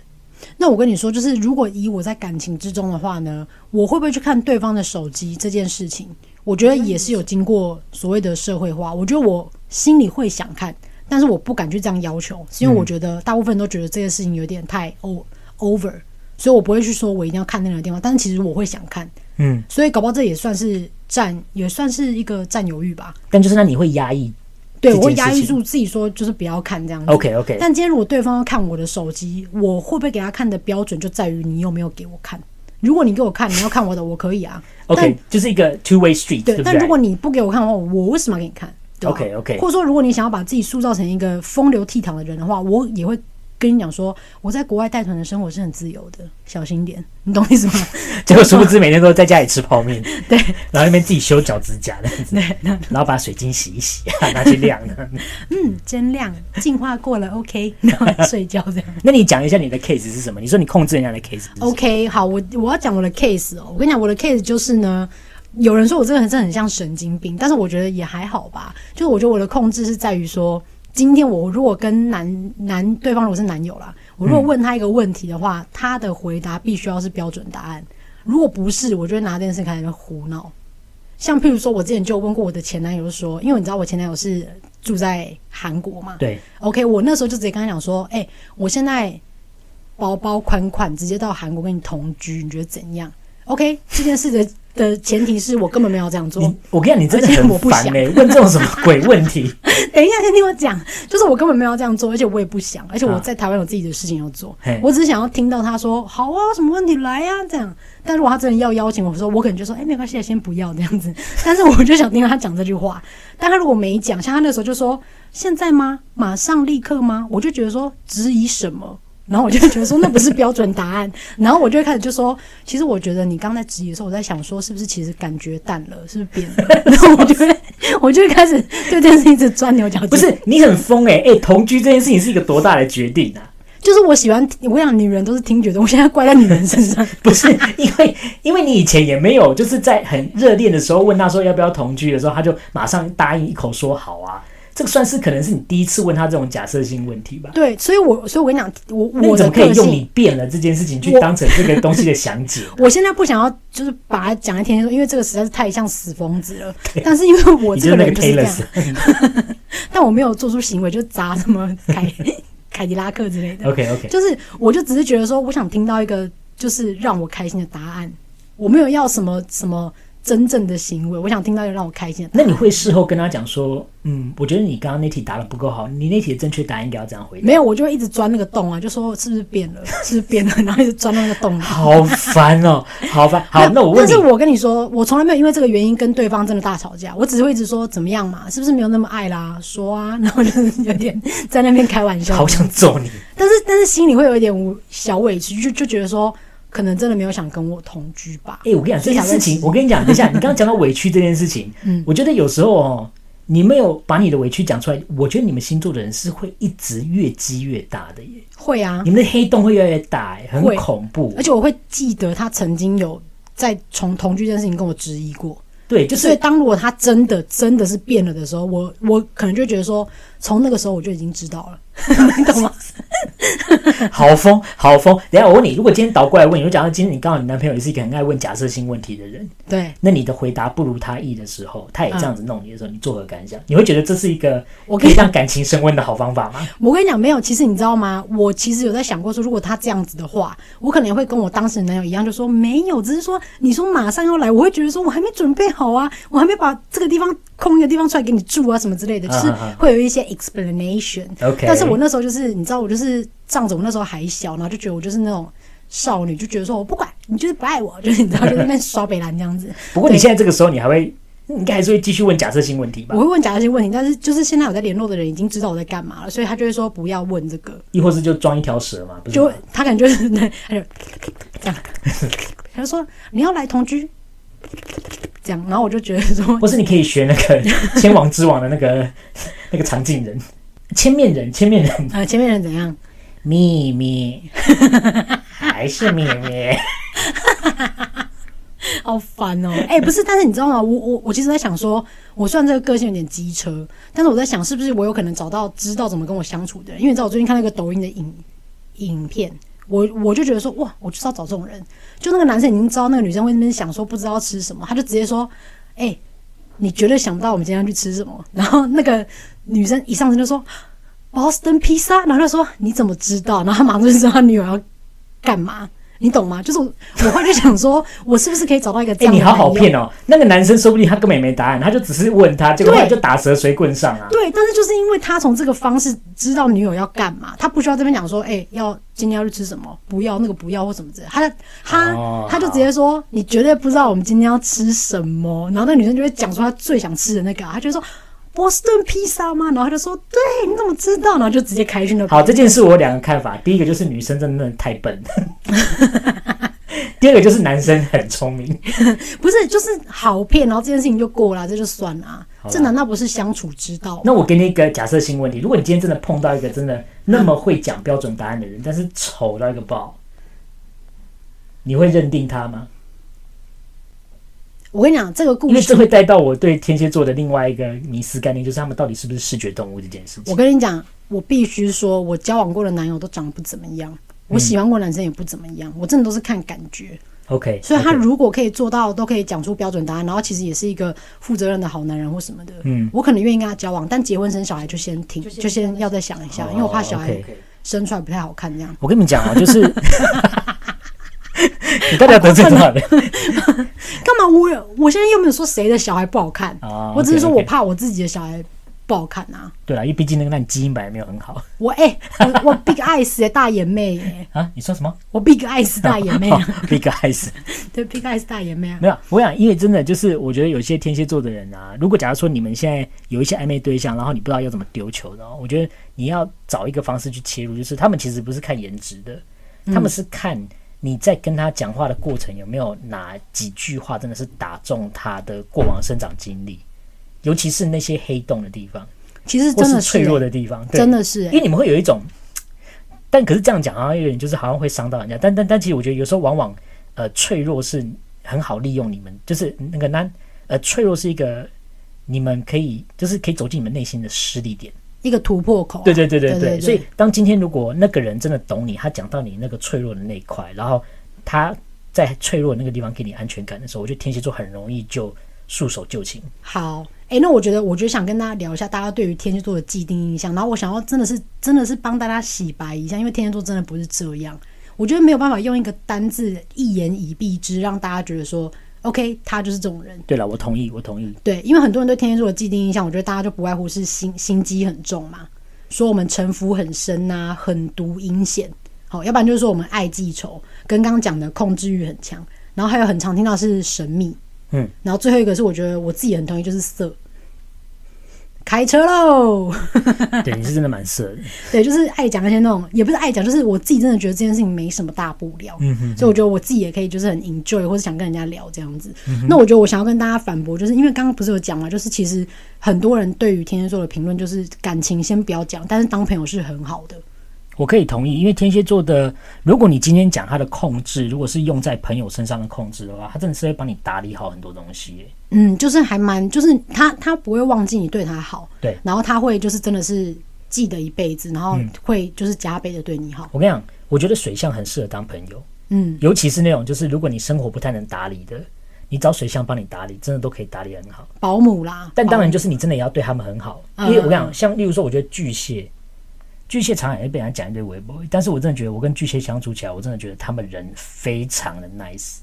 Speaker 5: 那我跟你说，就是如果以我在感情之中的话呢，我会不会去看对方的手机这件事情？我觉得也是有经过所谓的社会化。我觉得我心里会想看，但是我不敢去这样要求，是因为我觉得大部分人都觉得这件事情有点太 o over，所以我不会去说我一定要看那个地方。但是其实我会想看，
Speaker 4: 嗯，
Speaker 5: 所以搞不好这也算是占，也算是一个占有欲吧。
Speaker 4: 但就是那你会压 抑。
Speaker 5: 对，
Speaker 4: 这
Speaker 5: 我会
Speaker 4: 件
Speaker 5: 压
Speaker 4: 事
Speaker 5: 抑
Speaker 4: 情
Speaker 5: 住自己说，就是不要看这样子。
Speaker 4: OK OK，
Speaker 5: 但今天如果对方要看我的手机，我会不会给他看的标准就在于你有没有给我看。如果你给我看，你要看我的，我可以啊。但
Speaker 4: OK，就是一个 two way street，
Speaker 5: 对，
Speaker 4: 不
Speaker 5: 但如果
Speaker 4: 对？
Speaker 5: 你不给我看的话，我为什么要给你看对吧
Speaker 4: OK，OK
Speaker 5: 或者说，如果你想要把自己塑造成一个风流倜傥的人的话，我也会跟你讲说，我在国外带团的生活是很自由的，小心点，你懂意思吗？
Speaker 4: 结果殊不知每天都在家里吃泡面，
Speaker 5: 对，
Speaker 4: 然后那边自己修脚趾甲那样 子，然后把水晶洗一 洗啊，拿去晾。
Speaker 5: 嗯，真亮，进化过了，OK，然后睡觉这样。
Speaker 4: 那你讲一下你的 case 是什么？你说你控制人家的 case 是什么
Speaker 5: OK，好，我我要讲我的 case 哦。我跟你讲，我的 case 就是呢，有人说我这个人真的很像神经病，但是我觉得也还好吧。就是我觉得我的控制是在于说，今天我如果跟男男对方如果是男友啦，我如果问他一个问题的话，他的回答必须要是标准答案。如果不是，我就会拿这件事开始胡闹。像譬如说，我之前就有问过我的前男友就说，因为你知道我前男友是住在韩国嘛，
Speaker 4: 对，
Speaker 5: OK，我那时候就直接跟他讲说，哎、我现在包包款款直接到韩国跟你同居，你觉得怎样？OK，这件事的的前提是我根本没有这样做。
Speaker 4: 你我跟你讲，你真的
Speaker 5: 而且
Speaker 4: 很
Speaker 5: 我不
Speaker 4: 烦
Speaker 5: 想
Speaker 4: 呢、问这种什么鬼问题？
Speaker 5: 等一下，先听我讲，就是我根本没有这样做，而且我也不想，而且我
Speaker 4: 啊
Speaker 5: 在台湾有自己的事情要做，
Speaker 4: 嘿
Speaker 5: 我只是想要听到他说好啊，什么问题来啊这样。但如果他真的要邀请我说，我可能就说哎、没关系，先不要这样子。但是我就想听到他讲这句话，但他如果没讲，像他那时候就说现在吗？马上立刻吗？我就觉得说质疑什么。然后我就觉得说那不是标准答案，然后我就会开始就说，其实我觉得你刚才质疑的时候，我在想说是不是其实感觉淡了，是不是变了？然后我就会我就会开始对这件事情一直钻牛角尖。
Speaker 4: 不是你很疯哎、欸、哎、同居这件事情是一个多大的决定啊？
Speaker 5: 就是我喜欢，我想女人都是听觉的，我现在怪在女人身上。
Speaker 4: 不 是因为因为你以前也没有就是在很热恋的时候问他说要不要同居的时候，他就马上答应一口说好啊。这个算是可能是你第一次问他这种假设性问题吧？
Speaker 5: 对，所以我所以我跟你讲，我
Speaker 4: 那你
Speaker 5: 我
Speaker 4: 怎
Speaker 5: 的
Speaker 4: 么可以
Speaker 5: 个
Speaker 4: 用你
Speaker 5: 性，
Speaker 4: 变了这件事情去
Speaker 5: 我
Speaker 4: 当成这个东西的详解？
Speaker 5: 我现在不想要就是把它讲在天天说，因为这个实在是太像死疯子了。但是因为 我
Speaker 4: 你
Speaker 5: 这
Speaker 4: 是那
Speaker 5: 人
Speaker 4: 个
Speaker 5: 就是这样，
Speaker 4: Taylor
Speaker 5: 但我没有做出行为，就砸什么凯 凯迪拉克之类的。
Speaker 4: OK OK，
Speaker 5: 就是我就只是觉得说，我想听到一个就是让我开心的答案，我没有要什么什么真正的行为，我想听到一个让我开心的答
Speaker 4: 那
Speaker 5: 案。
Speaker 4: 你会事后跟他讲说，嗯，我觉得你刚刚那题答的不够好，你那题的正确答案应该要这样回答。
Speaker 5: 没有，我就会一直钻那个洞啊，就说是不是变了，是不是变了，然后一直钻到那个洞里。
Speaker 4: 好烦哦，好烦。好， 那我问
Speaker 5: 但
Speaker 4: 你
Speaker 5: 是，我跟你说，我从来没有因为这个原因跟对方真的大吵架，我只是会一直说怎么样嘛，是不是没有那么爱啦？说啊， 然后就是有点在那边开玩笑
Speaker 4: 好。想揍你。
Speaker 5: 但是但是心里会有一点无小委屈，就就觉得说，可能真的没有想跟我同居吧。
Speaker 4: 哎、我跟你讲这件事情，
Speaker 5: 所以才会
Speaker 4: 我跟你讲，等一下，你刚刚讲到委屈这件事情，
Speaker 5: 嗯
Speaker 4: 我觉得有时候哦，你没有把你的委屈讲出来，我觉得你们星座的人是会一直越积越大的耶，
Speaker 5: 会啊
Speaker 4: 你，们的黑洞会越来越大耶，很
Speaker 5: 会
Speaker 4: 恐怖
Speaker 5: 而。且我会记得他曾经有在从同居这件事情跟我质疑过，
Speaker 4: 对，就
Speaker 5: 所以
Speaker 4: 是
Speaker 5: 当如果 他真的真的是变了的时候，我我可能就会觉得说，从那个时候我就已经知道了，你懂吗？
Speaker 4: 好疯，好疯！等一下我问你，如果今天倒过来问你，我假设今天你刚好你男朋友也是一个很爱问假设性问题的人，
Speaker 5: 对
Speaker 4: 那你的回答不如他意的时候，他也这样子弄你的时候，你作何感想？你会觉得这是一个
Speaker 5: 我
Speaker 4: 可
Speaker 5: 跟
Speaker 4: 以
Speaker 5: 你
Speaker 4: 让感情升温的好方法吗？
Speaker 5: 我跟你讲，没有。其实你知道吗？我其实有在想过说，如果他这样子的话，我可能也会跟我当时的男友一样，就说没有，只是说你说马上要来，我会觉得说我还没准备好啊，我还没把这个地方空一个地方出来给你住啊，什么之类的，就是
Speaker 4: 嗯嗯嗯
Speaker 5: 会有一些 explanation。
Speaker 4: OK
Speaker 5: 但是我那时候就是你知道，我就是仗着我那时候还小，然后就觉得我就是那种少女，就觉得说我不管，你就是不爱我，就是你知道，就在那边耍北兰这样子。
Speaker 4: 不过你
Speaker 5: 对
Speaker 4: 现在这个时候，你还会应该还是会继续问假设性问题吧
Speaker 5: 我？会问假设性问题，但是就是现在有在联络的人已经知道我在干嘛了，所以他就会说不要问这个。
Speaker 4: 亦或是就装一条蛇嘛？不是
Speaker 5: 就
Speaker 4: 吗？
Speaker 5: 他感觉就是 对，他就这样，他就说你要来同居，这样，然后我就觉得说
Speaker 4: 或是你可以学那个 千王之王的那个那个长颈人。千面人，千面 人，
Speaker 5: 呃前面人怎样，
Speaker 4: 秘密，还是秘 密。哎
Speaker 5: 好烦哦、哎、不是，但是你知道吗？我我我其实在想说，我虽然这个个性有点机车，但是我在想是不是我有可能找到知道怎么跟我相处的人，因为你知道我最近看那个抖音的影影片。我我就觉得说哇，我就是要找这种人。就那个男生已经知道那个女生会那边想说不知道吃什么，他就直接说：“哎、你绝对想不到我们今天要去吃什么。” 然后那个女生一上身就说：“Boston pizza。”然后就说：“你怎么知道？”然后他马上就知道他女友要干嘛，你懂吗？就是我我后来就想说，我是不是可以找到一个这
Speaker 4: 哎、
Speaker 5: 样的
Speaker 4: 你好
Speaker 5: 男
Speaker 4: 好
Speaker 5: 友？
Speaker 4: 骗哦！那个男生说不定他根本也没答案，他就只是问他，结果
Speaker 5: 对
Speaker 4: 后来就打蛇随棍上啊。
Speaker 5: 对，但是就是因为他从这个方式知道女友要干嘛，他不需要这边讲说，哎、要今天要去吃什么，不要那个不要或什么之类的，他他、
Speaker 4: 哦
Speaker 5: 他就直接说，你绝对不知道我们今天要吃什么，然后那个女生就会讲出她最想吃的那个啊，她就说波士顿披萨吗？然后他就说，对，你怎么知道？然后就直接开去那边
Speaker 4: 好，这件事我有两个看法，第一个就是女生真的太笨， 第二个就是男生很聪明。
Speaker 5: 不是就是好骗，然后这件事情就过了，这就算了啊，
Speaker 4: 好啦
Speaker 5: 这难道不是相处之道吗？
Speaker 4: 那我给你一个假设性问题：如果你今天真的碰到一个真的那么会讲标准答案的人，但是丑到一个爆，你会认定他吗？
Speaker 5: 我跟你讲，这个故
Speaker 4: 因为
Speaker 5: 事
Speaker 4: 这会带到我对天蝎座的另外一个迷思概念，就是他们到底是不是视觉动物这件事
Speaker 5: 我
Speaker 4: 情。
Speaker 5: 跟你讲，我必须说，我交往过的男友都长得不怎么样，
Speaker 4: 嗯
Speaker 5: 我喜欢过的男生也不怎么样，我真的都是看感觉。
Speaker 4: OK，
Speaker 5: 所以他
Speaker 4: OK
Speaker 5: 如果可以做到，都可以讲出标准答案，然后其实也是一个负责任的好男人或什么的，
Speaker 4: 嗯
Speaker 5: 我可能愿意跟他交往，但结婚生小孩就先停，就先要再想一下，因为我怕小
Speaker 4: 哦
Speaker 5: 孩
Speaker 4: ，OK
Speaker 5: 生出来不太好看这样。
Speaker 4: 我跟你们讲啊，就是 你到底要得罪多少人？
Speaker 5: 干嘛我有？我现在又没有说谁的小孩不好看，
Speaker 4: 哦
Speaker 5: 我只是说
Speaker 4: OK，OK
Speaker 5: 我怕我自己的小孩不好看啊。
Speaker 4: 对啦，因为毕竟那个烂基因本来没有很好
Speaker 5: 我哎、我我 big eyes 欸大眼妹耶、
Speaker 4: 啊。你说什么？
Speaker 5: 我 big eyes 大眼妹、
Speaker 4: 哦
Speaker 5: 啊，
Speaker 4: ，Big Eyes
Speaker 5: 对 big eyes 大眼妹、啊。
Speaker 4: 没有，我想，因为真的就是，我觉得有些天蝎座的人啊，如果假如说你们现在有一些暧昧对象，然后你不知道要怎么丢球的哦，我觉得你要找一个方式去切入，就是他们其实不是看颜值的，
Speaker 5: 嗯
Speaker 4: 他们是看你在跟他讲话的过程有没有哪几句话真的是打中他的过往生长经历，尤其是那些黑洞的地方，
Speaker 5: 其实
Speaker 4: 或
Speaker 5: 真的
Speaker 4: 脆弱
Speaker 5: 欸
Speaker 4: 的地方，对
Speaker 5: 真的是欸
Speaker 4: 因为你们会有一种，但可是这样讲好啊像有点就是好像会伤到人家，但但但其实我觉得有时候往往呃脆弱是很好利用你们，就是那个男呃脆弱是一个你们可以就是可以走进你们内心的失地点。
Speaker 5: 一个突破口啊、
Speaker 4: 对对对对对，
Speaker 5: 对对
Speaker 4: 所以当今天如果那个人真的懂你，他讲到你那个脆弱的那一块，然后他在脆弱的那个地方给你安全感的时候，我觉得天蝎座很容易就束手就擒。
Speaker 5: 好，哎、那我觉得，我就想跟大家聊一下大家对于天蝎座的既定印象，然后我想要真的是真的是帮大家洗白一下，因为天蝎座真的不是这样，我觉得没有办法用一个单字一言以蔽之，让大家觉得说，OK，他就是这种人。
Speaker 4: 对了，我同意，我同意。
Speaker 5: 对，因为很多人对天蝎座的既定印象，我觉得大家就不外乎是心心机很重嘛，说我们城府很深呐、狠毒阴险，好，要不然就是说我们爱记仇，跟刚刚讲的控制欲很强，然后还有很常听到是神秘，
Speaker 4: 嗯，
Speaker 5: 然后最后一个是我觉得我自己很同意，就是色。开车喽！
Speaker 4: 对，你是真的蛮色的。
Speaker 5: 对，就是爱讲那些那种，也不是爱讲，就是我自己真的觉得这件事情没什么大不了，
Speaker 4: 嗯哼，
Speaker 5: 所以我觉得我自己也可以就是很 enjoy 或者想跟人家聊这样子。
Speaker 4: 嗯
Speaker 5: 那我觉得我想要跟大家反驳，就是因为刚刚不是有讲嘛，就是其实很多人对于天蝎座的评论就是感情先不要讲，但是当朋友是很好的。
Speaker 4: 我可以同意，因为天蝎座的，如果你今天讲他的控制，如果是用在朋友身上的控制的话，他真的是会帮你打理好很多东西耶。
Speaker 5: 嗯，就是还蛮，就是他他不会忘记你对他好，
Speaker 4: 对嗯
Speaker 5: 然后他会就是真的是记得一辈子，然后会就是加倍的对你好。
Speaker 4: 我跟你讲，我觉得水象很适合当朋友，
Speaker 5: 嗯，
Speaker 4: 尤其是那种就是如果你生活不太能打理的，你找水象帮你打理，真的都可以打理得很好。
Speaker 5: 保姆啦，
Speaker 4: 但当然
Speaker 5: 保姆
Speaker 4: 就是你真的也要对他们很好，因
Speaker 5: 嗯
Speaker 4: 为我跟你讲，像例如说，我觉得巨蟹，巨蟹常常也会被人家讲一堆微博，但是我真的觉得我跟巨蟹相处起来，我真的觉得他们人非常的 nice。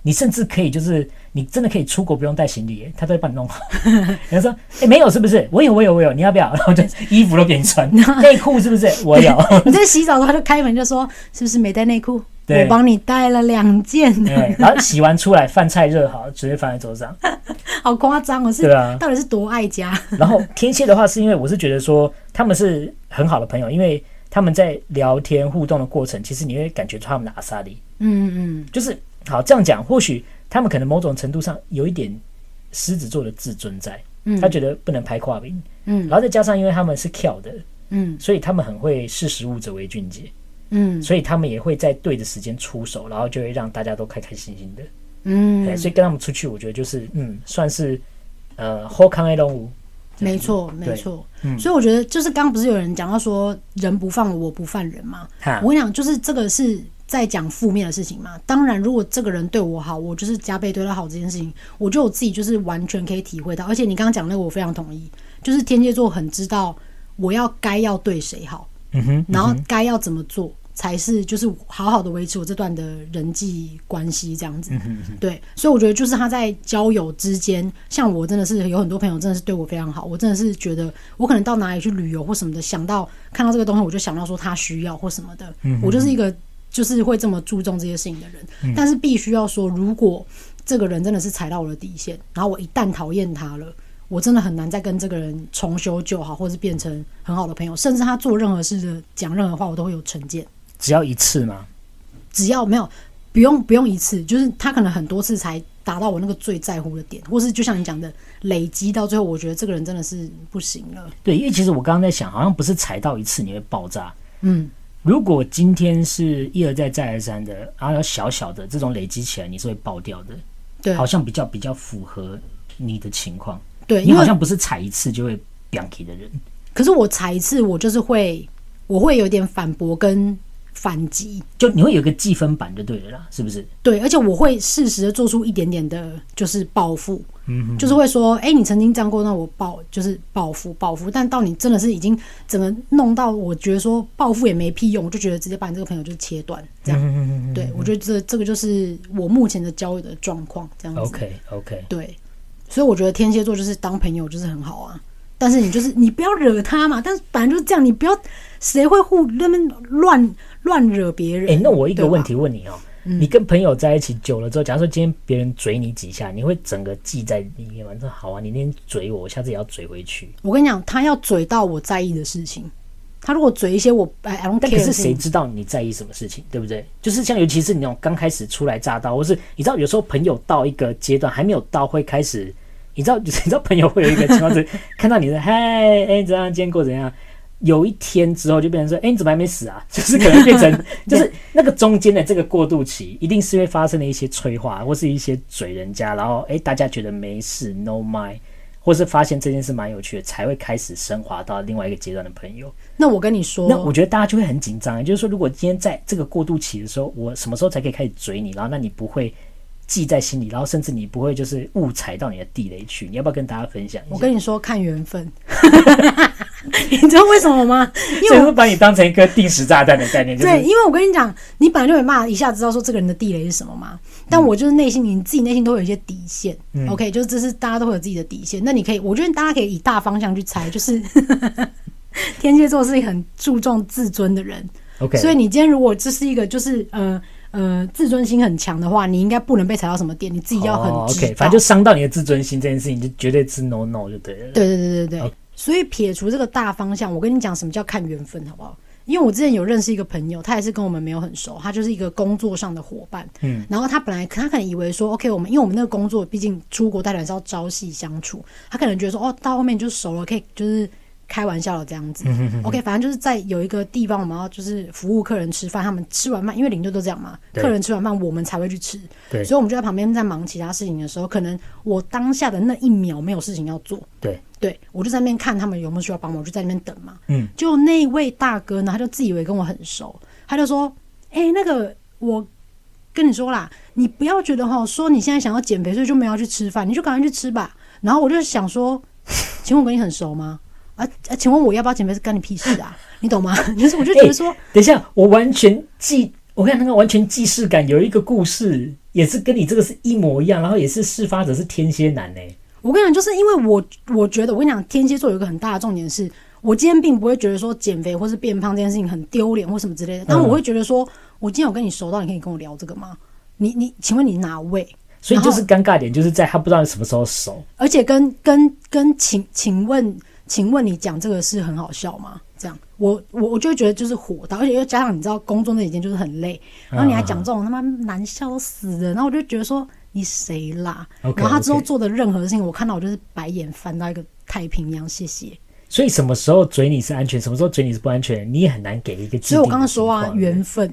Speaker 4: 你甚至可以就是，你真的可以出国不用带行李耶，他都会帮你弄好。 人家说，哎、没有是不是？我有，我有，我有，你要不 要？然后就衣服都给你穿，内裤是不是？我有。
Speaker 5: 你在洗澡的话就开门就说是不是没带内裤？
Speaker 4: 对嗯
Speaker 5: 我帮你带了两件，
Speaker 4: 对，然后洗完出来，饭菜热好，直接放在桌上。
Speaker 5: 好夸张哦！是
Speaker 4: 对啊
Speaker 5: 到底是多爱家？
Speaker 4: 然后天蝎的话，是因为我是觉得说他们是很好的朋友，因为他们在聊天互动的过程，其实你会感觉出他们的阿萨里，
Speaker 5: 嗯嗯
Speaker 4: 就是好这样讲，或许他们可能某种程度上有一点狮子座的自尊在，
Speaker 5: 嗯
Speaker 4: 他觉得不能拍跨饼，
Speaker 5: 嗯
Speaker 4: 然后再加上因为他们是跳的，
Speaker 5: 嗯
Speaker 4: 所以他们很会识时务者为俊杰，
Speaker 5: 嗯
Speaker 4: 所以他们也会在对的时间出手，然后就会让大家都开开心心的。对，
Speaker 5: 嗯，
Speaker 4: 所以跟他们出去，我觉得就是嗯，算是呃后康 A 动物，
Speaker 5: 没错
Speaker 4: 对嗯
Speaker 5: 没错。所以我觉得就是刚刚不是有人讲到说人不犯我，我不犯人嘛？
Speaker 4: 哈
Speaker 5: 我跟你讲，就是这个是在讲负面的事情嘛。当然，如果这个人对我好，我就是加倍对他好这件事情，我觉得我自己就是完全可以体会到。而且你刚刚讲那个，我非常同意，就是天蝎座很知道我要该要对谁好，
Speaker 4: 嗯哼，
Speaker 5: 然后该要怎么做。才是就是好好的维持我这段的人际关系这样子，
Speaker 4: 嗯
Speaker 5: 对，所以我觉得就是他在交友之间，像我真的是有很多朋友真的是对我非常好，我真的是觉得我可能到哪里去旅游或什么的，想到看到这个东西我就想到说他需要或什么的，
Speaker 4: 嗯
Speaker 5: 我就是一个就是会这么注重这些事情的人，但是必须要说，如果这个人真的是踩到我的底线，然后我一旦讨厌他了。我真的很难再跟这个人重修旧好，或是变成很好的朋友，甚至他做任何事的讲任何话，我都会有成见。
Speaker 4: 只要一次嘛，
Speaker 5: 只要没有不用不用一次，就是他可能很多次才达到我那个最在乎的点，或是就像你讲的，累积到最后，我觉得这个人真的是不行了。
Speaker 4: 对，因为其实我刚刚在想，好像不是踩到一次你会爆炸。
Speaker 5: 嗯
Speaker 4: 如果今天是一而再再而三的，然后有小小的这种累积起来，你是会爆掉的，
Speaker 5: 对
Speaker 4: 好像比较比较符合你的情况。
Speaker 5: 对，
Speaker 4: 你
Speaker 5: 因
Speaker 4: 好
Speaker 5: 为
Speaker 4: 像不是踩一次就会 b i a n k 的人，
Speaker 5: 可是我踩一次，我就是会我会有点反驳跟反击，
Speaker 4: 就你会有一个计分板就对了啦，是不是？
Speaker 5: 对，而且我会适时的做出一点点的，就是报复，嗯，就是会说，哎、你曾经这样过，那我报就是报复报复。但到你真的是已经整个弄到，我觉得说报复也没屁用，我就觉得直接把你这个朋友就切断，这
Speaker 4: 嗯
Speaker 5: 样。对，我觉得这这个就是我目前的交友的状况，这样子。
Speaker 4: OK OK，
Speaker 5: 对，所以我觉得天蝎座就是当朋友就是很好啊，但是你就是你不要惹他嘛，但是反正就是这样，你不要谁会互那边乱乱惹别人。
Speaker 4: 哎、那我一个
Speaker 5: 对吧嗯
Speaker 4: 问题问你哦、你跟朋友在一起久了之后，假如说今天别人嘴你几下，你会整个记在里面吗？你说好啊，你那天嘴我，我下次也要嘴回去。
Speaker 5: 我跟你讲，他要嘴到我在意的事情，他如果嘴一些我哎 I don't
Speaker 4: 但
Speaker 5: care，
Speaker 4: 可
Speaker 5: 的
Speaker 4: 是
Speaker 5: 事
Speaker 4: 谁
Speaker 5: 情，
Speaker 4: 知道你在意什么事情，对不对？就是像尤其是你那种刚开始初来乍到，或是你知道有时候朋友到一个阶段还没有到，会开始，你知道 你知道朋友会有一个情况是看到你的嗨哎、你怎样今天过怎样，有一天之后就变成说哎、你怎么还没死啊？ 就是可能变成就是那个中间的这个过渡期，一定是会发生了一些催化或是一些嘴人家，然后哎、大家觉得没事 no mind，或是发现这件事蛮有趣的，才会开始升华到另外一个阶段的朋友。
Speaker 5: 那我跟你说，
Speaker 4: 那我觉得大家就会很紧张，也就是说，如果今天在这个过渡期的时候，我什么时候才可以开始追你？然后，那你不会记在心里，然后甚至你不会就是误踩到你的地雷区。你要不要跟大家分享一下？
Speaker 5: 我跟你说看缘分， 你知道为什么吗？因
Speaker 4: 所以
Speaker 5: 为
Speaker 4: 会
Speaker 5: 我
Speaker 4: 把你当成一个定时炸弹的概念，就
Speaker 5: 对，
Speaker 4: 是
Speaker 5: 因为我跟你讲，你本来就没办法一下子知道说这个人的地雷是什么嘛。但
Speaker 4: 嗯
Speaker 5: 我就是内心，你自己内心都会有一些底线。OK，就是这是大家都会有自己的底线。那你可以，我觉得大家可以以大方向去猜，就是 天蝎座是一个很注重自尊的人。
Speaker 4: OK。
Speaker 5: 所以你今天如果这是一个就是呃呃自尊心很强的话，你应该不能被踩到什么点，你自己要
Speaker 4: 哦
Speaker 5: 很知道。
Speaker 4: OK，反正就伤到你的自尊心这件事情，就绝对是 no no 就对了。
Speaker 5: 对对对对对。所以撇除这个大方向，我跟你讲什么叫看缘分，好不好？因为我之前有认识一个朋友，他也是跟我们没有很熟，他就是一个工作上的伙伴。嗯，然后他本来他可能以为说，OK，我们因为我们那个工作，毕竟出国带团是要朝夕相处，他可能觉得说，哦，到后面就熟了，可以就是开玩笑的这样子。OK，反正
Speaker 4: 嗯
Speaker 5: 就是在有一个地方，我们要就是服务客人吃饭，他们吃完饭，因为领队都这样嘛，
Speaker 4: 对
Speaker 5: 客人吃完饭我们才会去吃，
Speaker 4: 对
Speaker 5: 所以我们就在旁边在忙其他事情的时候，可能我当下的那一秒没有事情要做，
Speaker 4: 对，
Speaker 5: 对我就在那边看他们有没有需要帮忙，我就在那边等嘛。
Speaker 4: 嗯，
Speaker 5: 就那位大哥呢，他就自以为跟我很熟，他就说：“哎、那个我跟你说啦，你不要觉得哈，说你现在想要减肥，所以就没有要去吃饭，你就赶快去吃吧。”然后我就想说：“请问我跟你很熟吗？啊啊，请问我要不要减肥是干你屁事啊？你懂吗？” 就是我就觉得说，
Speaker 4: 哎等一下，我完全既我看那个完全既视感，有一个故事也是跟你这个是一模一样，然后也是事发者是天蝎男欸呢、
Speaker 5: 我跟你讲，就是因为我我觉得，我跟你讲，天蝎座有一个很大的重点是，我今天并不会觉得说减肥或是变胖这件事情很丢脸或什么之类的，
Speaker 4: 嗯
Speaker 5: 但我会觉得说，我今天有跟你熟到，你可以跟我聊这个吗？你你，请问你哪位？
Speaker 4: 所以
Speaker 5: 然后
Speaker 4: 就是尴尬点，就是在他不知道什么时候熟，
Speaker 5: 而且跟跟跟请请问请问你讲这个是很好笑吗？这样，我我我就会觉得就是火到，而且又加上你知道工作那几天就是很累，
Speaker 4: 啊
Speaker 5: 然后你还讲这种他妈难笑死的，然后我就觉得说你谁啦
Speaker 4: OK，
Speaker 5: 然后他之后
Speaker 4: OK
Speaker 5: 做的任何事情，我看到我就是白眼翻到一个太平洋，谢谢。
Speaker 4: 所以什么时候嘴你是安全，什么时候嘴你是不安全，你也很难给一个。
Speaker 5: 所以我刚刚说啊，嗯缘分，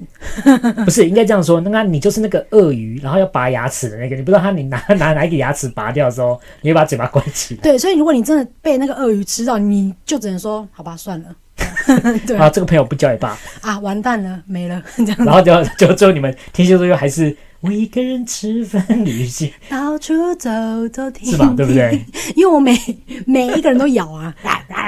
Speaker 4: 不是应该这样说，那那你就是那个鳄鱼，然后要拔牙齿的那个，你不知道他你拿 拿哪一个牙齿拔掉的时候，你会把嘴巴关起来，
Speaker 5: 对，所以如果你真的被那个鳄鱼吃到，你就只能说好吧，算了， 对
Speaker 4: 然啊后这个朋友不交也 罢，
Speaker 5: 啊，完蛋了，没了，这样
Speaker 4: 然后就就最后你们天蝎座又还是我一个人吃饭旅行
Speaker 5: 到处走走停停，
Speaker 4: 是吧？对不对？
Speaker 5: 因为我每每一个人都咬 啊，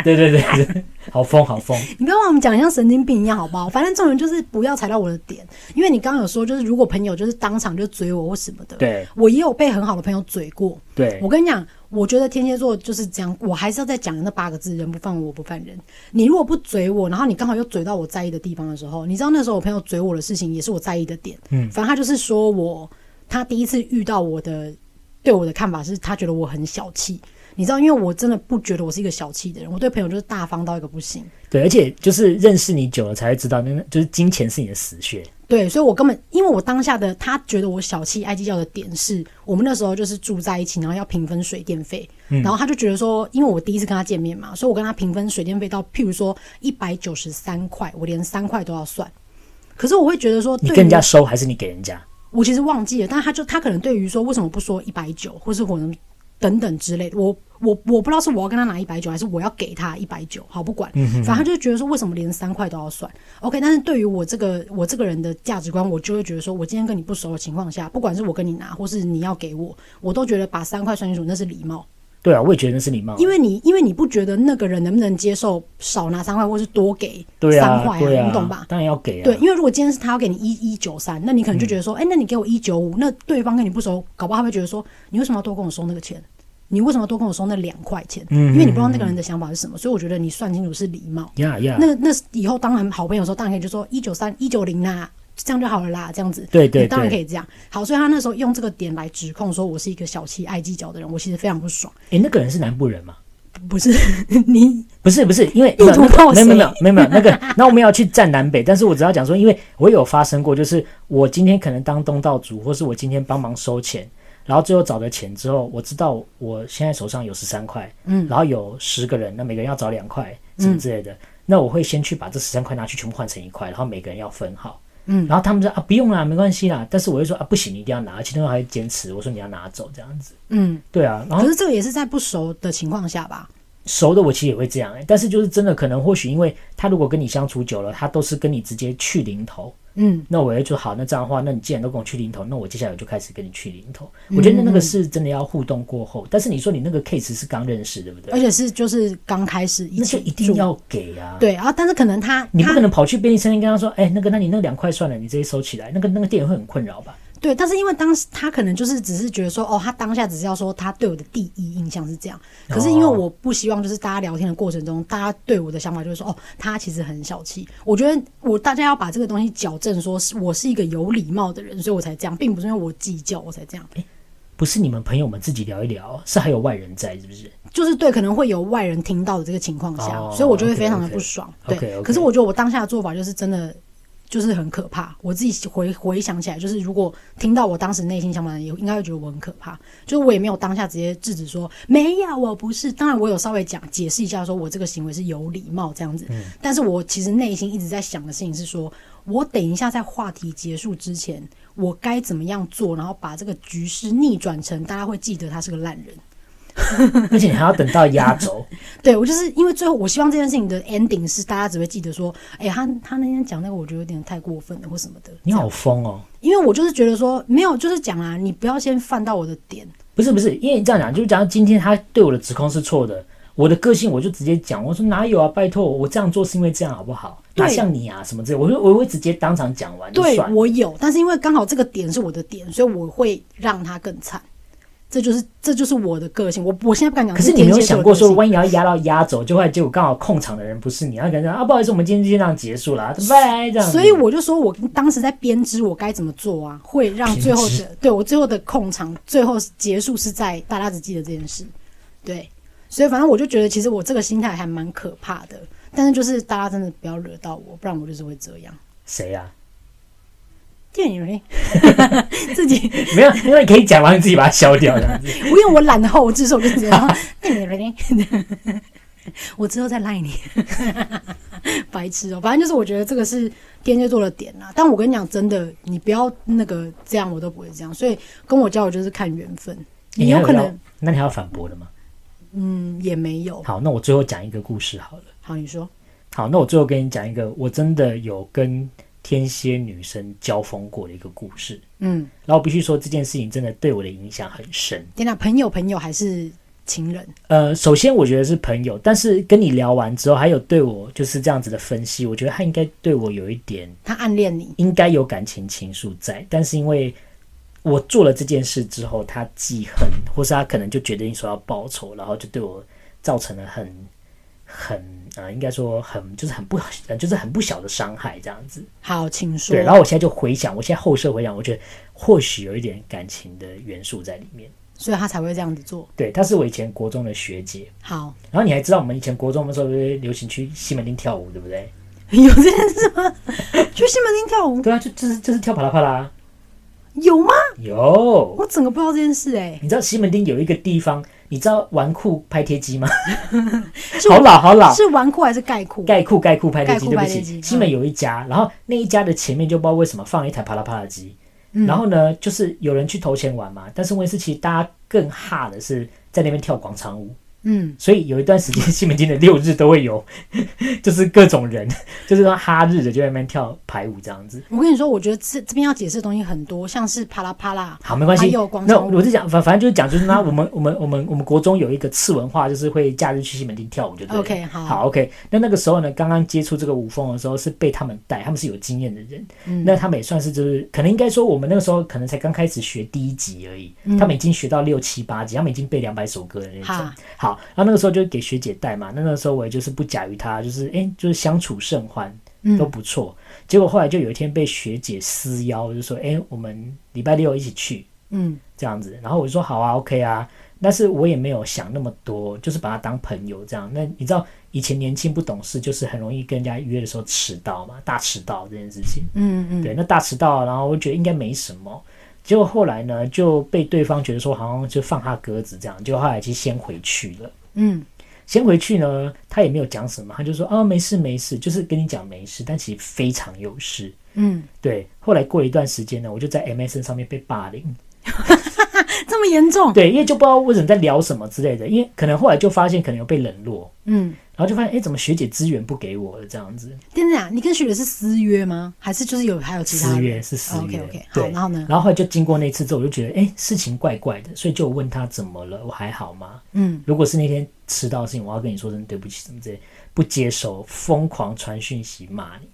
Speaker 4: 对对对对，好疯好 疯，
Speaker 5: 你不要把我们讲得像神经病一样，好不好？反正重点就是不要踩到我的点，因为你刚刚有说，就是如果朋友就是当场就嘴我或什么的，
Speaker 4: 对
Speaker 5: 我也有被很好的朋友嘴过。
Speaker 4: 对
Speaker 5: 我跟你讲，我觉得天蝎座就是这样，我还是要再讲那八个字：人不犯我，我不犯人。你如果不嘴我，然后你刚好又嘴到我在意的地方的时候，你知道那时候我朋友嘴我的事情也是我在意的点，
Speaker 4: 嗯
Speaker 5: 反正他就是说我他第一次遇到我的对我的看法是他觉得我很小气。你知道，因为我真的不觉得我是一个小气的人，我对朋友就是大方到一个不行。
Speaker 4: 对，而且就是认识你久了才会知道，那就是金钱是你的死穴，
Speaker 5: 对，所以我根本因为我当下的他觉得我小气爱计较的点是，我们那时候就是住在一起，然后要平分水电费，然后他就觉得说，因为我第一次跟他见面嘛，所以我跟他平分水电费到譬如说一百九十三块，我连三块都要算。可是我会觉得说，
Speaker 4: 你
Speaker 5: 对
Speaker 4: 跟人
Speaker 5: 于
Speaker 4: 家收还是你给人家？
Speaker 5: 我其实忘记了，但他就他可能对于说为什么不说一百九，或是可能等等之类的，我我我不知道是我要跟他拿一百九，还是我要给他一百九，好不管，
Speaker 4: 嗯
Speaker 5: 反正他就觉得说为什么连三块都要算，OK，但是对于我这个我这个人的价值观，我就会觉得说我今天跟你不熟的情况下，不管是我跟你拿，或是你要给我，我都觉得把三块算清楚那是礼貌，
Speaker 4: 对啊，我也觉得那是礼貌啊，
Speaker 5: 因为你因为你不觉得那个人能不能接受少拿三块，或是多给
Speaker 4: 对
Speaker 5: 三
Speaker 4: 啊
Speaker 5: 块、
Speaker 4: 对啊，
Speaker 5: 你懂吧？
Speaker 4: 当然要给啊，
Speaker 5: 对，因为如果今天是他要给你一一九三，那你可能就觉得说，
Speaker 4: 嗯
Speaker 5: 哎、那你给我一九五，那对方跟你不熟，搞不好他会觉得说，你为什么要多跟我收那个钱？你为什么要多跟我收那两块钱？
Speaker 4: 嗯
Speaker 5: 因为你不知道那个人的想法是什么，所以我觉得你算清楚是礼貌。
Speaker 4: 呀呀，
Speaker 5: 那那以后当很好朋友的时候，当然可以就说一九三一九零啦，这样就好了啦，这样子。
Speaker 4: 对对
Speaker 5: 你当然可
Speaker 4: 对
Speaker 5: 以这样。好，所以他那时候用这个点来指控说我是一个小气爱计较的人，我其实非常不爽。
Speaker 4: 诶，那个人是南部人吗？
Speaker 5: 不是你
Speaker 4: 不是不是，因为
Speaker 5: 意图炮
Speaker 4: 没有
Speaker 5: 谁
Speaker 4: 没有没有没有没有那个，那我们要去站南北，但是我只要讲说，因为我有发生过，就是我今天可能当东道主，或是我今天帮忙收钱，然后最后找的钱之后，我知道我现在手上有十三块，嗯，然后有十个人，那每个人要找两块什么之类的，那我会先去把这十三块拿去全部换成一块，然后每个人要分好。嗯，然后他们说啊不用啦，没关系啦，但是我就说啊不行，你一定要拿，而且那个还坚持，我说你要拿走这样子。
Speaker 5: 嗯，
Speaker 4: 对啊，然后
Speaker 5: 可是这个也是在不熟的情况下吧？
Speaker 4: 熟的我其实也会这样、欸，但是就是真的可能或许因为他如果跟你相处久了，他都是跟你直接去零头，
Speaker 5: 嗯，
Speaker 4: 那我也欸就好，那这样的话，那你既然都跟我去零头，那我接下来我就开始跟你去零头。
Speaker 5: 嗯
Speaker 4: 我觉得那个是真的要互动过后，但是你说你那个 case 是刚认识，对不
Speaker 5: 而
Speaker 4: 对？
Speaker 5: 且是就是刚开始一
Speaker 4: 那就
Speaker 5: 起
Speaker 4: 一定
Speaker 5: 住
Speaker 4: 要给啊。
Speaker 5: 对，然、后但是可能他
Speaker 4: 你不
Speaker 5: 他
Speaker 4: 可能跑去便利商店跟他说，哎、那个，那你那两块算了，你直接收起来。那个
Speaker 5: 嗯
Speaker 4: 那个店员会很困扰吧？
Speaker 5: 对，但是因为当时他可能就是只是觉得说，哦，他当下只是要说他对我的第一印象是这样，可是因为
Speaker 4: 哦
Speaker 5: 我不希望就是大家聊天的过程中，大家对我的想法就是说，哦，他其实很小气。我觉得我大家要把这个东西矫正说是我是一个有礼貌的人，所以我才这样，并不是因为我计较我才这样，
Speaker 4: 不是你们朋友们自己聊一聊，是还有外人在，是不是？
Speaker 5: 就是对可能会有外人听到的这个情况下，
Speaker 4: 哦
Speaker 5: 所以我就会非常的
Speaker 4: OK，OK
Speaker 5: 不爽。对
Speaker 4: OK，OK
Speaker 5: 可是我觉得我当下的做法就是真的。就是很可怕。我自己回回想起来，就是如果听到我当时内心想法的人，也应该会觉得我很可怕。就是我也没有当下直接制止说没有，啊我不是。当然，我有稍微讲解释一下，说我这个行为是有礼貌这样子。
Speaker 4: 嗯
Speaker 5: 但是我其实内心一直在想的事情是说，我等一下在话题结束之前，我该怎么样做，然后把这个局势逆转成大家会记得他是个烂人。
Speaker 4: 而且你还要等到压 轴，
Speaker 5: 对我就是因为最后，我希望这件事情的 ending 是大家只会记得说，哎、他他那天讲那个，我觉得有点太过分了或什么的。
Speaker 4: 你好疯哦！
Speaker 5: 因为我就是觉得说，没有，就是讲啊，你不要先犯到我的点。
Speaker 4: 不是不是，因为你这样讲，就是假如今天他对我的指控是错的，我的个性我就直接讲，我说哪有啊，拜托，我这样做是因为这样好不好？
Speaker 5: 对
Speaker 4: 哪像你啊什么之类，我就我会直接当场讲完就
Speaker 5: 对
Speaker 4: 算了。
Speaker 5: 我有，但是因为刚好这个点是我的点，所以我会让他更惨。这就是这就是我的个性，我我现在不敢讲。
Speaker 4: 可是你没有
Speaker 5: 天蝎座
Speaker 4: 想
Speaker 5: 的
Speaker 4: 过
Speaker 5: 个性
Speaker 4: 说，万一要压到压轴，就会结果刚好控场的人不是你，然后感觉啊不好意思，我们今天就这样结束了啊，拜拜这样子。
Speaker 5: 所以我就说我当时在编织我该怎么做啊，会让最后
Speaker 4: 编
Speaker 5: 的对我最后的控场，最后结束是在大家只记得这件事，对，所以反正我就觉得其实我这个心态还蛮可怕的，但是就是大家真的不要惹到我，不然我就是会这样。
Speaker 4: 谁啊？
Speaker 5: 电影嘞， 自己
Speaker 4: 没有，因为可以讲完你自己把它消掉这样 子。
Speaker 5: 我因为我懒得后置，所以我就直 接说电影嘞， 我之后再赖你， 白痴哦、反正就是我觉得这个是天蝎座的点啦。但我跟你讲，真的，你不要那个这样，我都不会这样。所以跟我交往就是看缘分，你有
Speaker 4: 还
Speaker 5: 可
Speaker 4: 要
Speaker 5: 能，
Speaker 4: 那你还要反驳的吗？
Speaker 5: 嗯也没有。
Speaker 4: 好，那我最后讲一个故事好了。
Speaker 5: 好，你说
Speaker 4: 好，那我最后跟你讲一个，我真的有跟天蝎女生交锋过的一个故事。
Speaker 5: 嗯，
Speaker 4: 然后我必须说这件事情真的对我的影响很深。
Speaker 5: 天哪，朋友朋友还是情人？
Speaker 4: 呃，首先我觉得是朋友，但是跟你聊完之后，还有对我就是这样子的分析，我觉得他应该对我有一点，
Speaker 5: 他暗恋你，
Speaker 4: 应该有感情情愫在，但是因为我做了这件事之后，他记恨，或是他可能就决定说要报仇，然后就对我造成了很很呃，应该说很就是很不呃就是很不小的伤害这样子。
Speaker 5: 好，请说
Speaker 4: 对，。然后我现在就回想，我现在后设回想，我觉得或许有一点感情的元素在里面。
Speaker 5: 所以他才会这样子做。
Speaker 4: 对，她是我以前国中的学姐。
Speaker 5: 好，
Speaker 4: 然后你还知道我们以前国中的时候不是流行去西门町跳舞，对不对？
Speaker 5: 有这件事吗？去西门町跳舞
Speaker 4: 对啊，就就是就是跳啪啦啪啦。
Speaker 5: 有吗？
Speaker 4: 有，
Speaker 5: 我整个不知道这件事哎、
Speaker 4: 你知道西门町有一个地方，你知道纨绔拍贴机吗？
Speaker 5: 是
Speaker 4: 好老好老，
Speaker 5: 是纨绔还是概括？
Speaker 4: 盖库盖库拍贴机，
Speaker 5: 盖库
Speaker 4: 对不
Speaker 5: 拍贴
Speaker 4: 起，
Speaker 5: 机
Speaker 4: 西门有一家，然后那一家的前面就不知道为什么放了一台啪啦啪啦机，
Speaker 5: 嗯
Speaker 4: 然后呢，就是有人去投钱玩嘛，但是问题是，其实大家更哈的是在那边跳广场舞，
Speaker 5: 嗯，
Speaker 4: 所以有一段时 间西门町的六日都会有， 就是各种人，就是说哈日的就在那边跳排舞这样子。
Speaker 5: 我跟你说，我觉得这这边要解释的东西很多，像是啪啦啪啦，
Speaker 4: 好，没关
Speaker 5: 还
Speaker 4: 系
Speaker 5: 有广。
Speaker 4: 那
Speaker 5: 场舞
Speaker 4: 我就讲，反反正就是讲，就是那我们我 们我们我们国中有一个次文化，就是会假日去西门町跳舞，就对了。
Speaker 5: OK，好
Speaker 4: 好，OK。那那个时候呢，刚刚接触这个舞风的时候，是被他们带，他们是有经验的人。那他们也算是就是，可能应该说我们那个时候可能才刚开始学第一集而已，他们已经学到六七八集，他们已经背两百首歌的那种
Speaker 5: 哈。
Speaker 4: 好，然后那个时候就给学姐带嘛，那那个时候我也就是不假于她，就是哎、诶就是相处甚欢，都不错。结果后来就有一天被学姐私邀，就说哎、诶我们礼拜六一起去
Speaker 5: 嗯，
Speaker 4: 这样子，然后我就说好啊，OK 啊，但是我也没有想那么多，就是把她当朋友这样。那你知道以前年轻不懂事，就是很容易跟人家约的时候迟到嘛，大迟到这件事情。
Speaker 5: 嗯嗯，
Speaker 4: 对，那大迟到，然后我觉得应该没什么。结果后来呢，就被对方觉得说好像就放他鸽子这样，结果后来其实先回去了。
Speaker 5: 嗯，
Speaker 4: 先回去呢，他也没有讲什么，他就说啊没事没事，就是跟你讲没事，但其实非常有事。
Speaker 5: 嗯，
Speaker 4: 对。后来过了一段时间呢，我就在 MSN 上面被霸凌，
Speaker 5: 这么严重，
Speaker 4: 对，因为就不知道为什么在聊什么之类的，因为可能后来就发现可能有被冷落，
Speaker 5: 嗯，
Speaker 4: 然后就发现哎怎么学姐资源不给我了这样子，
Speaker 5: 等等啊，你跟雪姐是私约吗？还是就是有还有其他
Speaker 4: 四月是四月
Speaker 5: o k OK，好，
Speaker 4: 对，
Speaker 5: 然后呢？
Speaker 4: 然后后来就经过那次之后，我就觉得哎事情怪怪的，所以就问他怎么了，我还好吗？
Speaker 5: 嗯，
Speaker 4: 如果是那天迟到的事情，我要跟你说声对不起，什么之类，不接受，疯狂传讯息骂你，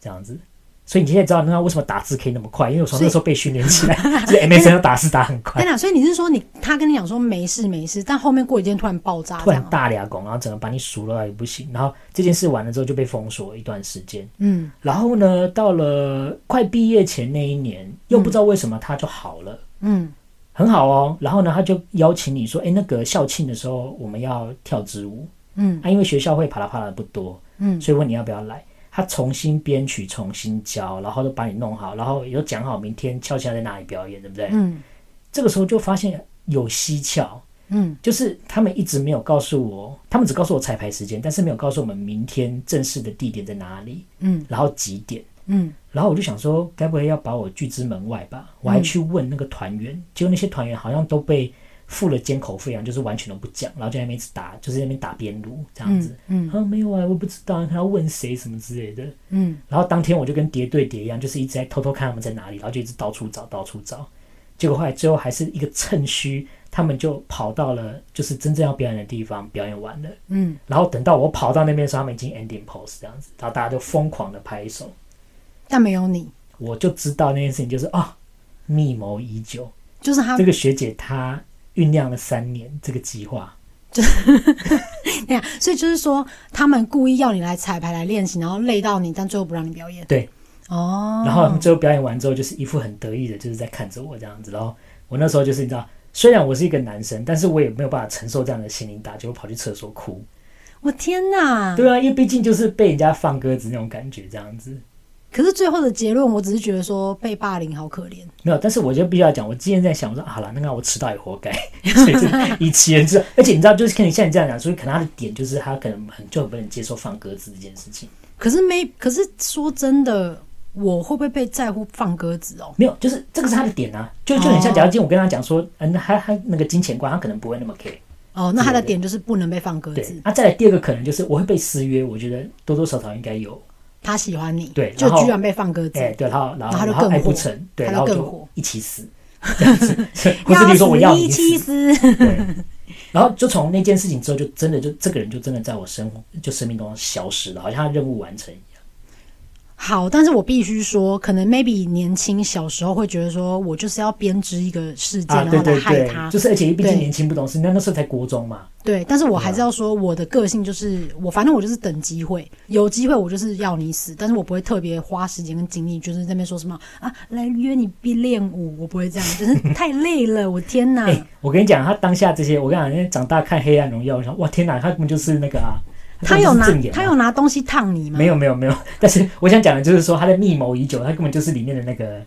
Speaker 4: 这样子。所以你现在知道那为什么打字可以那么快，因为我从那时候被训练起来，就是 MSN 要打字打很
Speaker 5: 等
Speaker 4: 快，
Speaker 5: 等啊，所以你是说你他跟你讲说没事没事，但后面过几天突然爆炸
Speaker 4: 突
Speaker 5: 这
Speaker 4: 然
Speaker 5: 样啊？
Speaker 4: 大俩拱，然后整个把你数落到也不行。然后这件事完了之后就被封锁一段时间，
Speaker 5: 嗯
Speaker 4: 然后呢，到了快毕业前那一年，又不知道为什么他就好了。
Speaker 5: 嗯，
Speaker 4: 很好哦。然后呢，他就邀请你说，哎，那个校庆的时候我们要跳支舞，
Speaker 5: 嗯，
Speaker 4: 啊，因为学校会啪啦啪啦的不多，
Speaker 5: 嗯
Speaker 4: 所以问你要不要来。他他重新编曲、重新教，然后都把你弄好，然后也都讲好明天跷跷在哪里表演，对不对？
Speaker 5: 嗯
Speaker 4: 这个时候就发现有蹊跷，
Speaker 5: 嗯，
Speaker 4: 就是他们一直没有告诉我，他们只告诉我彩排时间，但是没有告诉我们明天正式的地点在哪里，
Speaker 5: 嗯，
Speaker 4: 然后几点。
Speaker 5: 嗯，
Speaker 4: 然后我就想说，该不会要把我拒之门外吧？我还去问那个团员，结果那些团员好像都被付了监口费啊，就是完全都不讲，然后就在那边一直打，就是在那边打边炉这样子。嗯，他、说没有啊，我不知道，他要问谁什么之类的。
Speaker 5: 嗯，
Speaker 4: 然后当天我就跟叠对叠一样，就是一直在偷偷看他们在哪里，然后就一直到处找，到处找。结果后来最后还是一个趁虚，他们就跑到了就是真正要表演的地方，表演完了。
Speaker 5: 嗯，
Speaker 4: 然后等到我跑到那边的时候，他们已经 ending pose 这样子，然后大家就疯狂的拍手。
Speaker 5: 但没有你，
Speaker 4: 我就知道那件事情就是啊、密谋已久。
Speaker 5: 就是他
Speaker 4: 这个学姐她酝酿了三年这个计划，
Speaker 5: 那样，所以就是说他们故意要你来彩排来练习，然后累到你，但最后不让你表演。
Speaker 4: 对。
Speaker 5: 哦。
Speaker 4: 然后他们最后表演完之后，就是一副很得意的，就是在看着我这样子。然后我那时候就是你知道，虽然我是一个男生，但是我也没有办法承受这样的心灵打击，我跑去厕所哭。
Speaker 5: 我天哪！
Speaker 4: 对啊，因为毕竟就是被人家放鸽子那种感觉这样子。
Speaker 5: 可是最后的结论，我只是觉得说被霸凌好可怜。
Speaker 4: 没有，但是我就必须要讲，我之前在想，我说啊好了，那个我迟到也活该， 所 以就是以其人之道，而且你知道，就是可能像你这样讲，所以可能他的点就是他可能很就很不能接受放鸽子这件事情。
Speaker 5: 可是没，可是说真的，我会不会被在乎放鸽子哦？
Speaker 4: 没有，就是这个是他的点啊，就就很像，
Speaker 5: 哦
Speaker 4: 假如今天我跟他讲说，嗯、那他他那个金钱观，他可能不会那么 care。
Speaker 5: 哦，那他的
Speaker 4: 对对对
Speaker 5: 点就是不能被放鸽
Speaker 4: 对啊
Speaker 5: 子，，
Speaker 4: 那、再来第二个可能就是我会被失约，我觉得多多少少应该有，
Speaker 5: 他喜欢你，
Speaker 4: 对
Speaker 5: 就
Speaker 4: 然后
Speaker 5: 居然被放鸽子
Speaker 4: 哎、，对，然后然
Speaker 5: 然后他
Speaker 4: 后
Speaker 5: 就
Speaker 4: 然后
Speaker 5: 更
Speaker 4: 爱不
Speaker 5: 火
Speaker 4: 成，对，
Speaker 5: 他就
Speaker 4: 然后
Speaker 5: 更
Speaker 4: 就
Speaker 5: 火
Speaker 4: 一起死，这 样子，或是比如说我要
Speaker 5: 一
Speaker 4: 你
Speaker 5: 七
Speaker 4: 死，
Speaker 5: 四，
Speaker 4: 对，然后就从那件事情之后，就真的就这个人就真的在我生活就生命中消失了，好像他的任务完成一样。
Speaker 5: 好，但是我必须说，可能 maybe 年轻小时候会觉得说，我就是要编织一个事件，
Speaker 4: 啊，
Speaker 5: 然
Speaker 4: 对
Speaker 5: 后来
Speaker 4: 对
Speaker 5: 害
Speaker 4: 对
Speaker 5: 他。，
Speaker 4: 就是而且毕
Speaker 5: 对
Speaker 4: 竟年轻不懂事，那那时候才国中嘛，
Speaker 5: 对，但是
Speaker 4: 嗯
Speaker 5: 我还是要说，我的个性就是我，反正我就是等机会，有机会我就是要你死，但是我不会特别花时间跟精力，就是在那边说什么啊，来约你必练舞，我不会这样，就是太累了，我天哪！
Speaker 4: 哎、我跟你讲，他当下这些，我跟你讲，人家长大看《黑暗荣耀》，我想，哇，天哪，他根本就是那个啊，
Speaker 5: 他
Speaker 4: 根
Speaker 5: 有
Speaker 4: 本就
Speaker 5: 拿
Speaker 4: 是正眼啊
Speaker 5: 他有拿东西烫你吗？
Speaker 4: 没有没有没有，但是我想讲的就是说，他在密谋已久，他根本就是里面的那个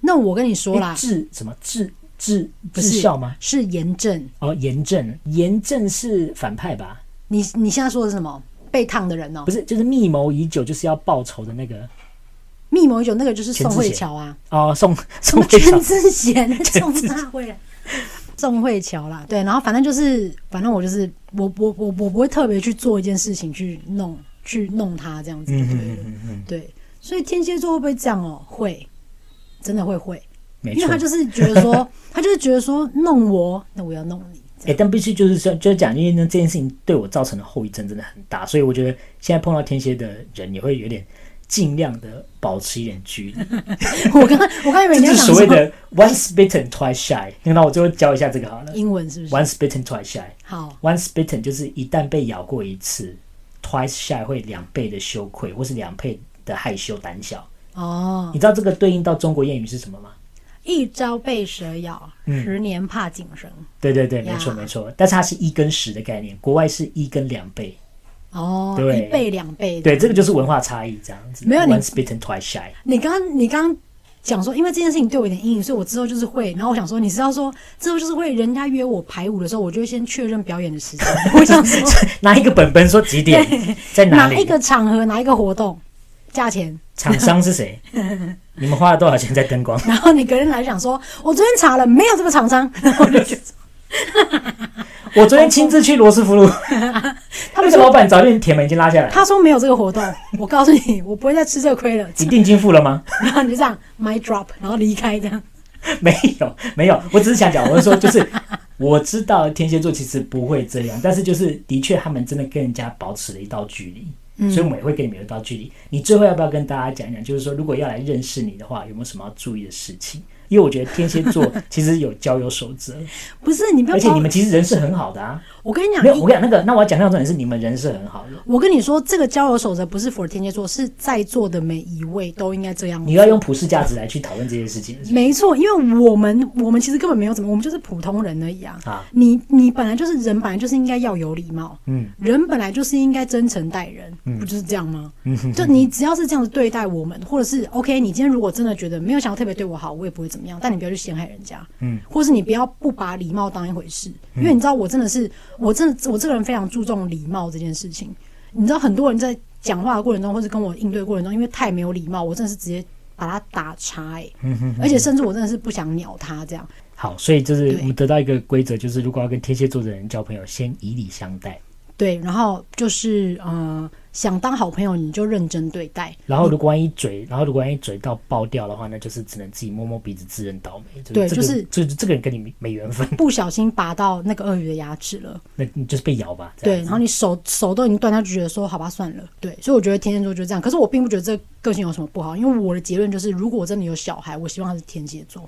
Speaker 5: 那我跟你说
Speaker 4: 诶
Speaker 5: 啦，
Speaker 4: 治什么治治
Speaker 5: 不
Speaker 4: 治
Speaker 5: 是
Speaker 4: 效哎吗？
Speaker 5: 是炎症。
Speaker 4: 哦，炎症，炎症是反派吧？
Speaker 5: 你你现在说的是什么？被烫的人哦
Speaker 4: 不，是，就是密谋已久，就是要报仇的那个
Speaker 5: 密谋已久那个就是宋
Speaker 4: 全智
Speaker 5: 慧
Speaker 4: 贤
Speaker 5: 乔啊，
Speaker 4: 哦，宋
Speaker 5: 什
Speaker 4: 宋
Speaker 5: 么
Speaker 4: 慧乔
Speaker 5: 全智贤、宋大 慧、宋慧乔啦，对，然后反正就是，反正我就是我我我我不会特别去做一件事情去弄去弄他这样子，
Speaker 4: 嗯
Speaker 5: 对了、
Speaker 4: 嗯嗯嗯嗯，
Speaker 5: 对，所以天蝎座会不会这样哦？会，真的会会，
Speaker 4: 没
Speaker 5: 因为
Speaker 4: 错
Speaker 5: 他。就是觉 得说，他就是觉得说弄我，那我要弄你，
Speaker 4: 哎、
Speaker 5: 这样
Speaker 4: 但必须就是说，就是讲，因为呢这件事情对我造成的后遗症真的很大，所以我觉得现在碰到天蝎的人也会有点尽量的保持一点距离。
Speaker 5: 我刚我刚以为
Speaker 4: 这
Speaker 5: 你
Speaker 4: 就
Speaker 5: 要
Speaker 4: 是
Speaker 5: 讲
Speaker 4: 所谓
Speaker 5: 什么
Speaker 4: 的 once bitten twice shy。那我最后教一下这个好了
Speaker 5: 英文是不是？
Speaker 4: ，once bitten twice shy。
Speaker 5: 好，
Speaker 4: once bitten 就是一旦被咬过一次，twice shy 会两倍的羞愧，或是两倍的害羞胆小。
Speaker 5: 哦，
Speaker 4: 你知道这个对应到中国谚语是什么吗？
Speaker 5: 一朝被蛇咬，
Speaker 4: 嗯
Speaker 5: 十年怕井绳。
Speaker 4: 对对对，没错
Speaker 5: 呀
Speaker 4: 没错。但是它是一跟十的概念，国外是一跟两倍。
Speaker 5: 哦，
Speaker 4: 对
Speaker 5: 一倍两倍。
Speaker 4: 对，这个就是文化差异这样子。
Speaker 5: 没有你
Speaker 4: ，once bitten twice shy。
Speaker 5: 你刚刚你刚刚讲说，因为这件事情对我有点阴影，所以我之后就是会。然后我想说，你知道说之后就是会，人家约我排舞的时候，我就会先确认表演的 时间。我想说
Speaker 4: 拿一个本本说几点， 在哪
Speaker 5: 哪
Speaker 4: 里？
Speaker 5: 一个场合，哪一个活动，价钱。
Speaker 4: 厂商是 谁？你们花了多少钱在灯光？
Speaker 5: 然后你隔天来讲说，我昨天查了，没有这个厂商。然后我就觉得
Speaker 4: 我昨天亲自去罗斯福路，
Speaker 5: 他
Speaker 4: 那
Speaker 5: 们
Speaker 4: 个老
Speaker 5: 说
Speaker 4: 板早就铁门已经拉下来了，
Speaker 5: 他说没有这个活动，我告诉你，我不会再吃这亏了。
Speaker 4: 你定金付了吗？
Speaker 5: 然后你就这样 my drop，然后离开这样。
Speaker 4: 没有，没有，我只是想讲，我是说， 就是我知道天蝎座其实不会这样，但是就是的确他们真的跟人家保持了一道距离，所以我们也会跟你们有一道距离。你最后要不要跟大家讲一讲，就是说如果要来认识你的话，有没有什么要注意的事情？因为我觉得天蝎座其实有交友守则，
Speaker 5: 不是你不要
Speaker 4: 而且
Speaker 5: 把我
Speaker 4: 你们其实人是很好的啊。
Speaker 5: 我跟你讲，
Speaker 4: 没有，我跟你讲那个，那我要讲那种重点是你们人是很好的。
Speaker 5: 我跟你说，这个交友守则不是 for 天蝎座，是在座的每一位都应该这样。哦
Speaker 4: 你要用普世价值来去讨论这件事情。
Speaker 5: 没错，因为我们我们其实根本没有怎么，我们就是普通人而已啊。
Speaker 4: 啊
Speaker 5: 你你本来就是人，本来就是应该要有礼貌，嗯，人本来就是应该真诚待人，不就是这样吗？ 就你只要是这样子对待我们，或者是 OK，你今天如果真的觉得没有想要特别对我好，我也不会怎么样，但你不要去陷害人家，嗯，或是你不要不把礼貌当一回事，因为你知道我真的是我真的我这个人非常注重礼貌这件事情，你知道很多人在讲话的过程中，或是跟我应对过程中，因为太没有礼貌，我真的是直接。把他打叉哎、欸而且甚至我真的是不想鸟他这样。
Speaker 4: 好，所以就是
Speaker 5: 对
Speaker 4: 我们得到一个规则，就是如果要跟天蝎座的人交朋友，先以礼相待。
Speaker 5: 对，然后就是呃，想当好朋友你就认真对待。
Speaker 4: 然后如果万一嘴，然后如果万一嘴到爆掉的话，那就是只能自己摸摸鼻子自认倒霉。
Speaker 5: 对
Speaker 4: 这个
Speaker 5: 就是
Speaker 4: 这这个人跟你没没缘分，
Speaker 5: 不小心拔到那个鳄鱼的牙齿了，
Speaker 4: 那 你就是被咬吧。这
Speaker 5: 对，
Speaker 4: 样
Speaker 5: 然
Speaker 4: 子
Speaker 5: 后你手手都已经断掉，就觉得说好吧，算了，对，所以我觉得天蝎座就这样。可是我并不觉得这个个性有什么不好，因为我的结论就是，如果我真的有小孩，我希望他是天蝎座，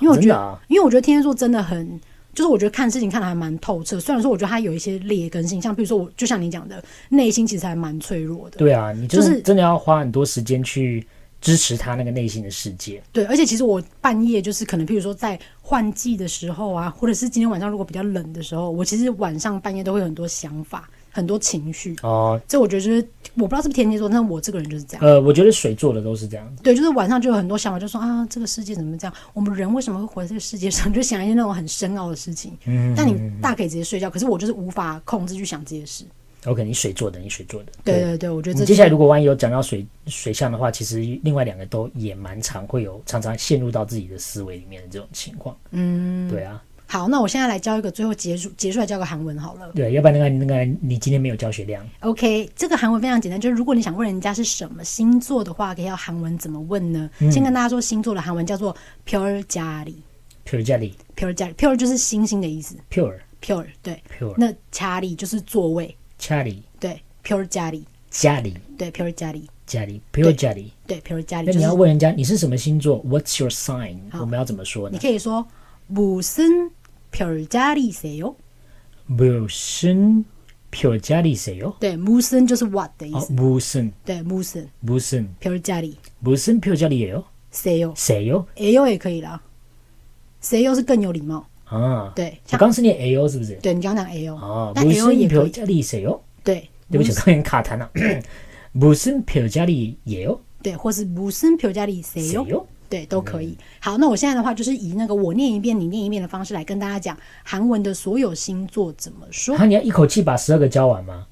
Speaker 5: 因为我觉
Speaker 4: 真
Speaker 5: 得，
Speaker 4: 的啊
Speaker 5: 因为我觉得天蝎座真的很，就是我觉得看事情看得还蛮透彻。虽然说我觉得他有一些劣根性，像比如说我，就像你讲的，内心其实还蛮脆弱的，
Speaker 4: 对啊，你就
Speaker 5: 就是是
Speaker 4: 真的要花很多时间去支持他那个内心的世界。
Speaker 5: 对，而且其实我半夜就是可能，譬如说在换季的时候啊，或者是今天晚上如果比较冷的时候，我其实晚上半夜都会有很多想法，很多情绪。
Speaker 4: 哦，
Speaker 5: 这我觉得就是我不知道是不是天蝎座，但是我这个人就是这样。
Speaker 4: 呃，我觉得水做的都是这样子。
Speaker 5: 对，就是晚上就有很多想法，就说啊，这个世界怎么这样？我们人为什么会活在这个世界上？就 想一些那种很深奥的事情。嗯，但你大可以直接睡觉，可是我就是无法控制去想这些事。
Speaker 4: OK，你水做的，你水做的。
Speaker 5: 对对对，我觉得
Speaker 4: 你
Speaker 5: 这
Speaker 4: 接
Speaker 5: 就
Speaker 4: 下来如果万一有讲到水水象的话，其实另外两个都也蛮常会有，常常陷入到自己的思维里面的这种情况。嗯，对啊，
Speaker 5: 好。那我现在来教一个，最后结束结束来教个韩文好了。
Speaker 4: 对，要不然那个那个你今天没有教学量，
Speaker 5: OK，这个韩文非常简单，就是如果你想问人家是什么星座的话，可以要韩文怎么问呢？
Speaker 4: 嗯
Speaker 5: 先跟大家说，星座的韩文叫做 pure 加里
Speaker 4: 譬如家里
Speaker 5: pure 加里 pure 就是星星的意思
Speaker 4: pure
Speaker 5: ，pure 对，
Speaker 4: pure
Speaker 5: 那加里就是座位，
Speaker 4: 家里
Speaker 5: 对，pure 加里
Speaker 4: 家里
Speaker 5: 对，pure 加里
Speaker 4: 家里 pure 家里。
Speaker 5: 对，pure 加里
Speaker 4: 那
Speaker 5: 就
Speaker 4: 你要
Speaker 5: 是
Speaker 4: 问人家你是什么星座？What's your sign？
Speaker 5: 好
Speaker 4: 我们要怎么说
Speaker 5: 你
Speaker 4: 呢
Speaker 5: 可以说무슨 pure 加里세요？
Speaker 4: 무슨 pure 자리세요？
Speaker 5: 对，무슨就是 what 的意
Speaker 4: 哦
Speaker 5: 思，，
Speaker 4: 무슨
Speaker 5: 对，무슨
Speaker 4: 무슨
Speaker 5: pure 加里
Speaker 4: 무슨 pure 자리예요？
Speaker 5: 세요
Speaker 4: 세요？
Speaker 5: a 요也可以啦세요是更有礼貌，
Speaker 4: 啊，
Speaker 5: 对，
Speaker 4: 我
Speaker 5: 像
Speaker 4: 刚是念 A O 是不是？
Speaker 5: 对你刚刚讲 a 요，
Speaker 4: 哦，
Speaker 5: 但
Speaker 4: 무슨
Speaker 5: a 요也可
Speaker 4: 표
Speaker 5: 以。
Speaker 4: 자리세요？
Speaker 5: 对，
Speaker 4: 对不起，
Speaker 5: 무슨-
Speaker 4: 刚刚卡痰了。 무슨표자리예요？
Speaker 5: 对，或是무슨표자리세
Speaker 4: 세
Speaker 5: 요，
Speaker 4: 요？
Speaker 5: 对，都可
Speaker 4: 嗯
Speaker 5: 以。好，那我现在的话就是以那个我念一遍，你念一遍的方式来跟大家讲韩文的所有星座怎么说。
Speaker 4: 啊，你要一口气把十二个教完吗？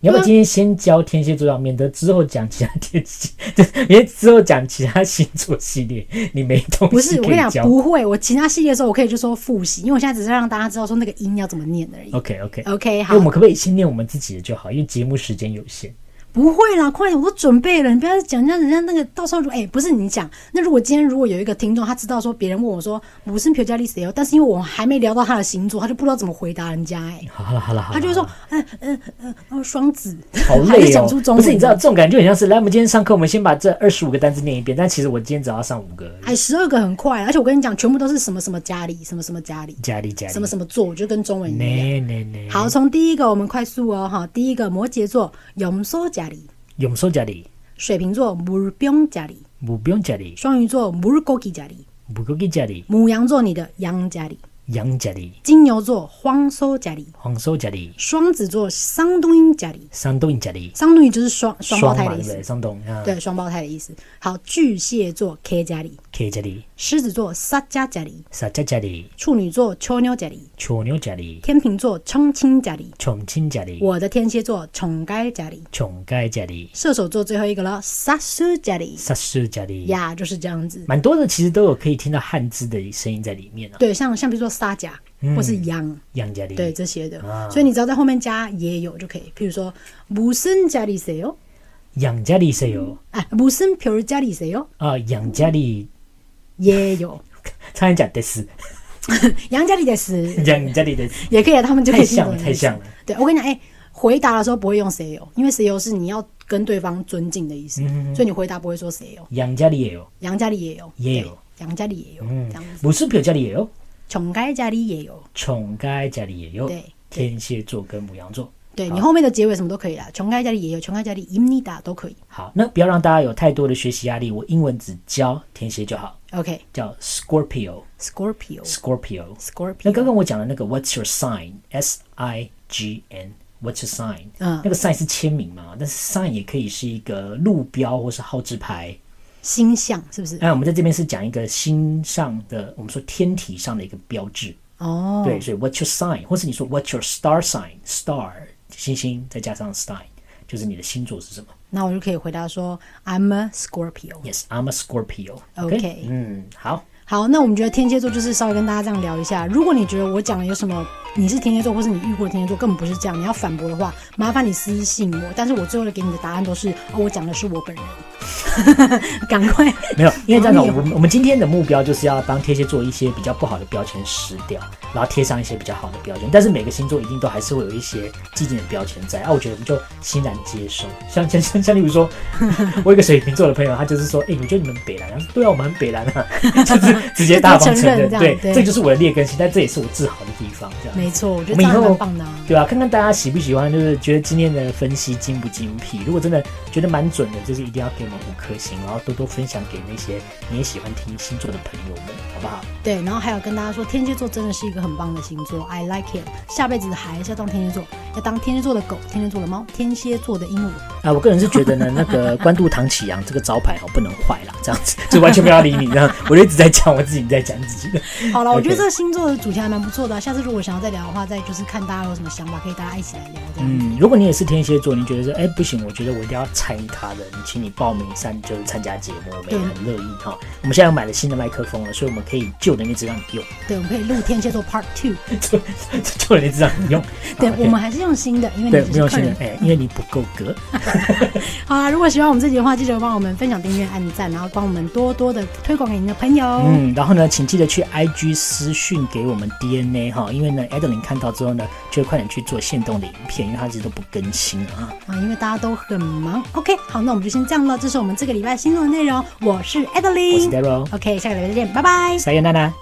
Speaker 4: 你要不要
Speaker 5: 对啊
Speaker 4: 今天先教天蝎座，免得之后讲其他天蝎，就是免得之后讲其他星座系列，你没东
Speaker 5: 不
Speaker 4: 西
Speaker 5: 是，我
Speaker 4: 可
Speaker 5: 跟你
Speaker 4: 以
Speaker 5: 讲，
Speaker 4: 教。
Speaker 5: 不会。我其他系列的时候，我可以就说复习，因为我现在只是让大家知道说那个音要怎么念而已。
Speaker 4: OK OK，
Speaker 5: OK，
Speaker 4: 那
Speaker 5: 好
Speaker 4: 我，们可不可以先念我们自己的就好？因为节目时间有限。
Speaker 5: 不会啦，快点，我都准备了，你不要讲人家人家那个到时候如，哎、不是你讲，那如果今天如果有一个听众他知道说别人问我说不是표자리세요，但是因为我还没聊到他的星座，他就不知道怎么回答人家、哎，
Speaker 4: 好了好了好了，
Speaker 5: 他就会说，嗯嗯嗯，哦，双子，
Speaker 4: 好
Speaker 5: 还
Speaker 4: 累
Speaker 5: 是
Speaker 4: 哦
Speaker 5: 讲出。中文，
Speaker 4: 不是，你知道这种感觉很像是来，我们今天上课，我们先把这二十五个单词念一遍，但其实我今天只要上五个而已。
Speaker 5: 哎，十二个很快，而且我跟你讲，全部都是什么什么家里，什么什么家里，
Speaker 4: 家里家里，
Speaker 5: 什么什么座，我就跟中文一样。
Speaker 4: 呢呢呢？
Speaker 5: 好，从第一个我们快速哦哈，第一个摩羯座염소家里，
Speaker 4: 永寿家里，
Speaker 5: 水瓶座물병家里，
Speaker 4: 무병家里，
Speaker 5: 双鱼座물고기家里，
Speaker 4: 무고기家里，
Speaker 5: 母羊座你的羊家里，
Speaker 4: 양家里，
Speaker 5: 金牛座荒收家里，
Speaker 4: 황소 자리,
Speaker 5: 双子座桑东英家里，
Speaker 4: 쌍둥이 자리,
Speaker 5: 桑东英就是双双胞胎的意
Speaker 4: 쌍마, 对，
Speaker 5: 思，
Speaker 4: 쌍둥, 아,
Speaker 5: 对，双胞胎的意思。好，巨蟹座 K 家里，
Speaker 4: 개자리,
Speaker 5: 狮子座撒家家里，
Speaker 4: 사자 자리,
Speaker 5: 处女座秋妞家里，
Speaker 4: 초녀 자리,
Speaker 5: 天秤座청칭家里。
Speaker 4: 정친 자리,
Speaker 5: 我的天蝎座宠该家里，
Speaker 4: 총갈 자리,
Speaker 5: 射手座最后一个了，萨苏家里
Speaker 4: 사수 자리.
Speaker 5: 呀就是这样子。
Speaker 4: 蛮多的，其实都有可以听到汉字的声音在里面啊。
Speaker 5: 对，像像比如说撒甲或是羊，
Speaker 4: 杨家里，
Speaker 5: 对这些的，
Speaker 4: 啊
Speaker 5: 所以你只要在后面加也有就可以。譬如说，무슨자리세요？
Speaker 4: 杨家里谁有
Speaker 5: 哎，무슨별자리세요？
Speaker 4: 啊？杨家里，
Speaker 5: 哦也有，
Speaker 4: 差点讲的是
Speaker 5: 杨家里的是
Speaker 4: 杨家里的是，
Speaker 5: 也可以，啊他们就可以
Speaker 4: 太像了
Speaker 5: 听懂
Speaker 4: 太像了
Speaker 5: 意思对我跟你讲，哎、回答的时候不会用谁有，因为谁有是你要
Speaker 4: 嗯
Speaker 5: 跟对方尊敬的意思，所以你回答不会说谁有。哦
Speaker 4: 杨家里也有，
Speaker 5: 杨家里也有，
Speaker 4: 也
Speaker 5: 对
Speaker 4: 有，嗯
Speaker 5: 杨家里也有、这样子，
Speaker 4: 母狮比家里也有，
Speaker 5: 琼该家里也有，
Speaker 4: 宠该家里也有
Speaker 5: 对，对
Speaker 4: 天蝎座跟母羊座。
Speaker 5: 对你后面的结尾什么都可以啦，琼该家里也有，琼该家里伊尼达都可以。
Speaker 4: 好，那不要让大家有太多的学习压力，我英文只教天蝎就好，叫 Scorpio，Scorpio。
Speaker 5: OK，Scorpio，Scorpio，、
Speaker 4: 那刚刚我讲的那个 What's your sign？S I G N。What's your sign？、
Speaker 5: 嗯
Speaker 4: 那个 sign 是签名嘛，但是 sign 也可以是一个路标或是号志牌。
Speaker 5: 星象是不是？
Speaker 4: 那我们在这边是讲一个星上的，我们说天体上的一个标志。
Speaker 5: 哦，
Speaker 4: 对，所以 What's your sign？或是你说 What's your star sign？Star 星星再加上 sign，就是你的星座是什么
Speaker 5: 那我就可以回答说 I'm a Scorpio。
Speaker 4: ？Yes，I'm a Scorpio。
Speaker 5: OK
Speaker 4: 嗯，好，
Speaker 5: 好，那我们觉得天蝎座就是稍微跟大家这样聊一下。如果你觉得我讲的有什么，你是天蝎座，或是你遇过的天蝎座根本不是这样，你要反驳的话，麻烦你私信我。但是我最后给你的答案都是，哦，我讲的是我本人， 赶快。
Speaker 4: 没有，因为这样子，
Speaker 5: 好你有
Speaker 4: 我们我们今天的目标就是要帮天蝎座一些比较不好的标签撕掉，然后贴上一些比较好的标签。但是每个星座一定都还是会有一些既定的标签在啊，我觉得我们就欣然接受。像像像像例如 说，我有一个水瓶座的朋友，他就是说，哎、你觉得你们北蓝啊？对啊，我们很北蓝啊， 就是直接大方承认
Speaker 5: 就直接承认。这样
Speaker 4: 对，
Speaker 5: 对
Speaker 4: 这就是我的劣根性，但这也是我自豪的地方。这样子
Speaker 5: 没错，我觉
Speaker 4: 我
Speaker 5: 得这
Speaker 4: 们以
Speaker 5: 样
Speaker 4: 后
Speaker 5: 还蛮棒的、啊。
Speaker 4: 对啊，看看大家喜不喜欢，就是觉得今天的分析精不精辟。如果真的觉得蛮准的，就是一定要给我们五颗星，然后多多分享给那些你也喜欢听星座的朋友们，好不好？
Speaker 5: 对，然后还有跟大家说，天蝎座真的是一个很棒的星座，I like it。下辈子还是要当天蝎座，要当天蝎座的狗，天蝎座的猫，天蝎座的鹦鹉。
Speaker 4: 啊，我个人是觉得呢，那个关渡唐启阳这个招牌哦不能坏啦，这样子 就完全不要理你，这样 我就一直在讲我自己在讲自己的。
Speaker 5: 好了，我觉得
Speaker 4: OK
Speaker 5: 这个星座的主题还蛮不错的啊、下次如果想要再聊的话，再就是看大家有什么想法，可以大家一起来聊这样。
Speaker 4: 嗯，如果你也是天蝎座，你觉得说，哎，不行，我觉得我一定要参与他的，你请你报名参就是参加节目，我们也很乐意哈、我们现在又买了新的麦克风了，所以我们可以旧的那只让你用，
Speaker 5: 对，我们可以录天蝎座 Part Two。
Speaker 4: 旧的那只让你用。啊
Speaker 5: 对，
Speaker 4: 好，OK
Speaker 5: 我们还是用新的，因为
Speaker 4: 对，
Speaker 5: 你
Speaker 4: 没
Speaker 5: 只
Speaker 4: 有
Speaker 5: 是
Speaker 4: 信
Speaker 5: 客
Speaker 4: 任
Speaker 5: 人。，
Speaker 4: 哎，因为你不够格。
Speaker 5: 好啊啦，如果喜欢我们这集的话，记得帮我们分享、订阅、按赞，然后帮我们多多的推广给您的朋友。
Speaker 4: 嗯，然后呢，请记得去 IG 私讯给我们 DNA 哈，因为呢 a d e l i n 看到之后呢，就会快点去做限动的影片，因为它一直都不更新啊。
Speaker 5: 啊，因为大家都很忙。OK，好，那我们就先这样了。这是我们这个礼拜星座的内容。我是 Adeline，
Speaker 4: 我是 Daryl，
Speaker 5: OK，下个礼拜再见，拜拜。
Speaker 4: 撒耶娜娜。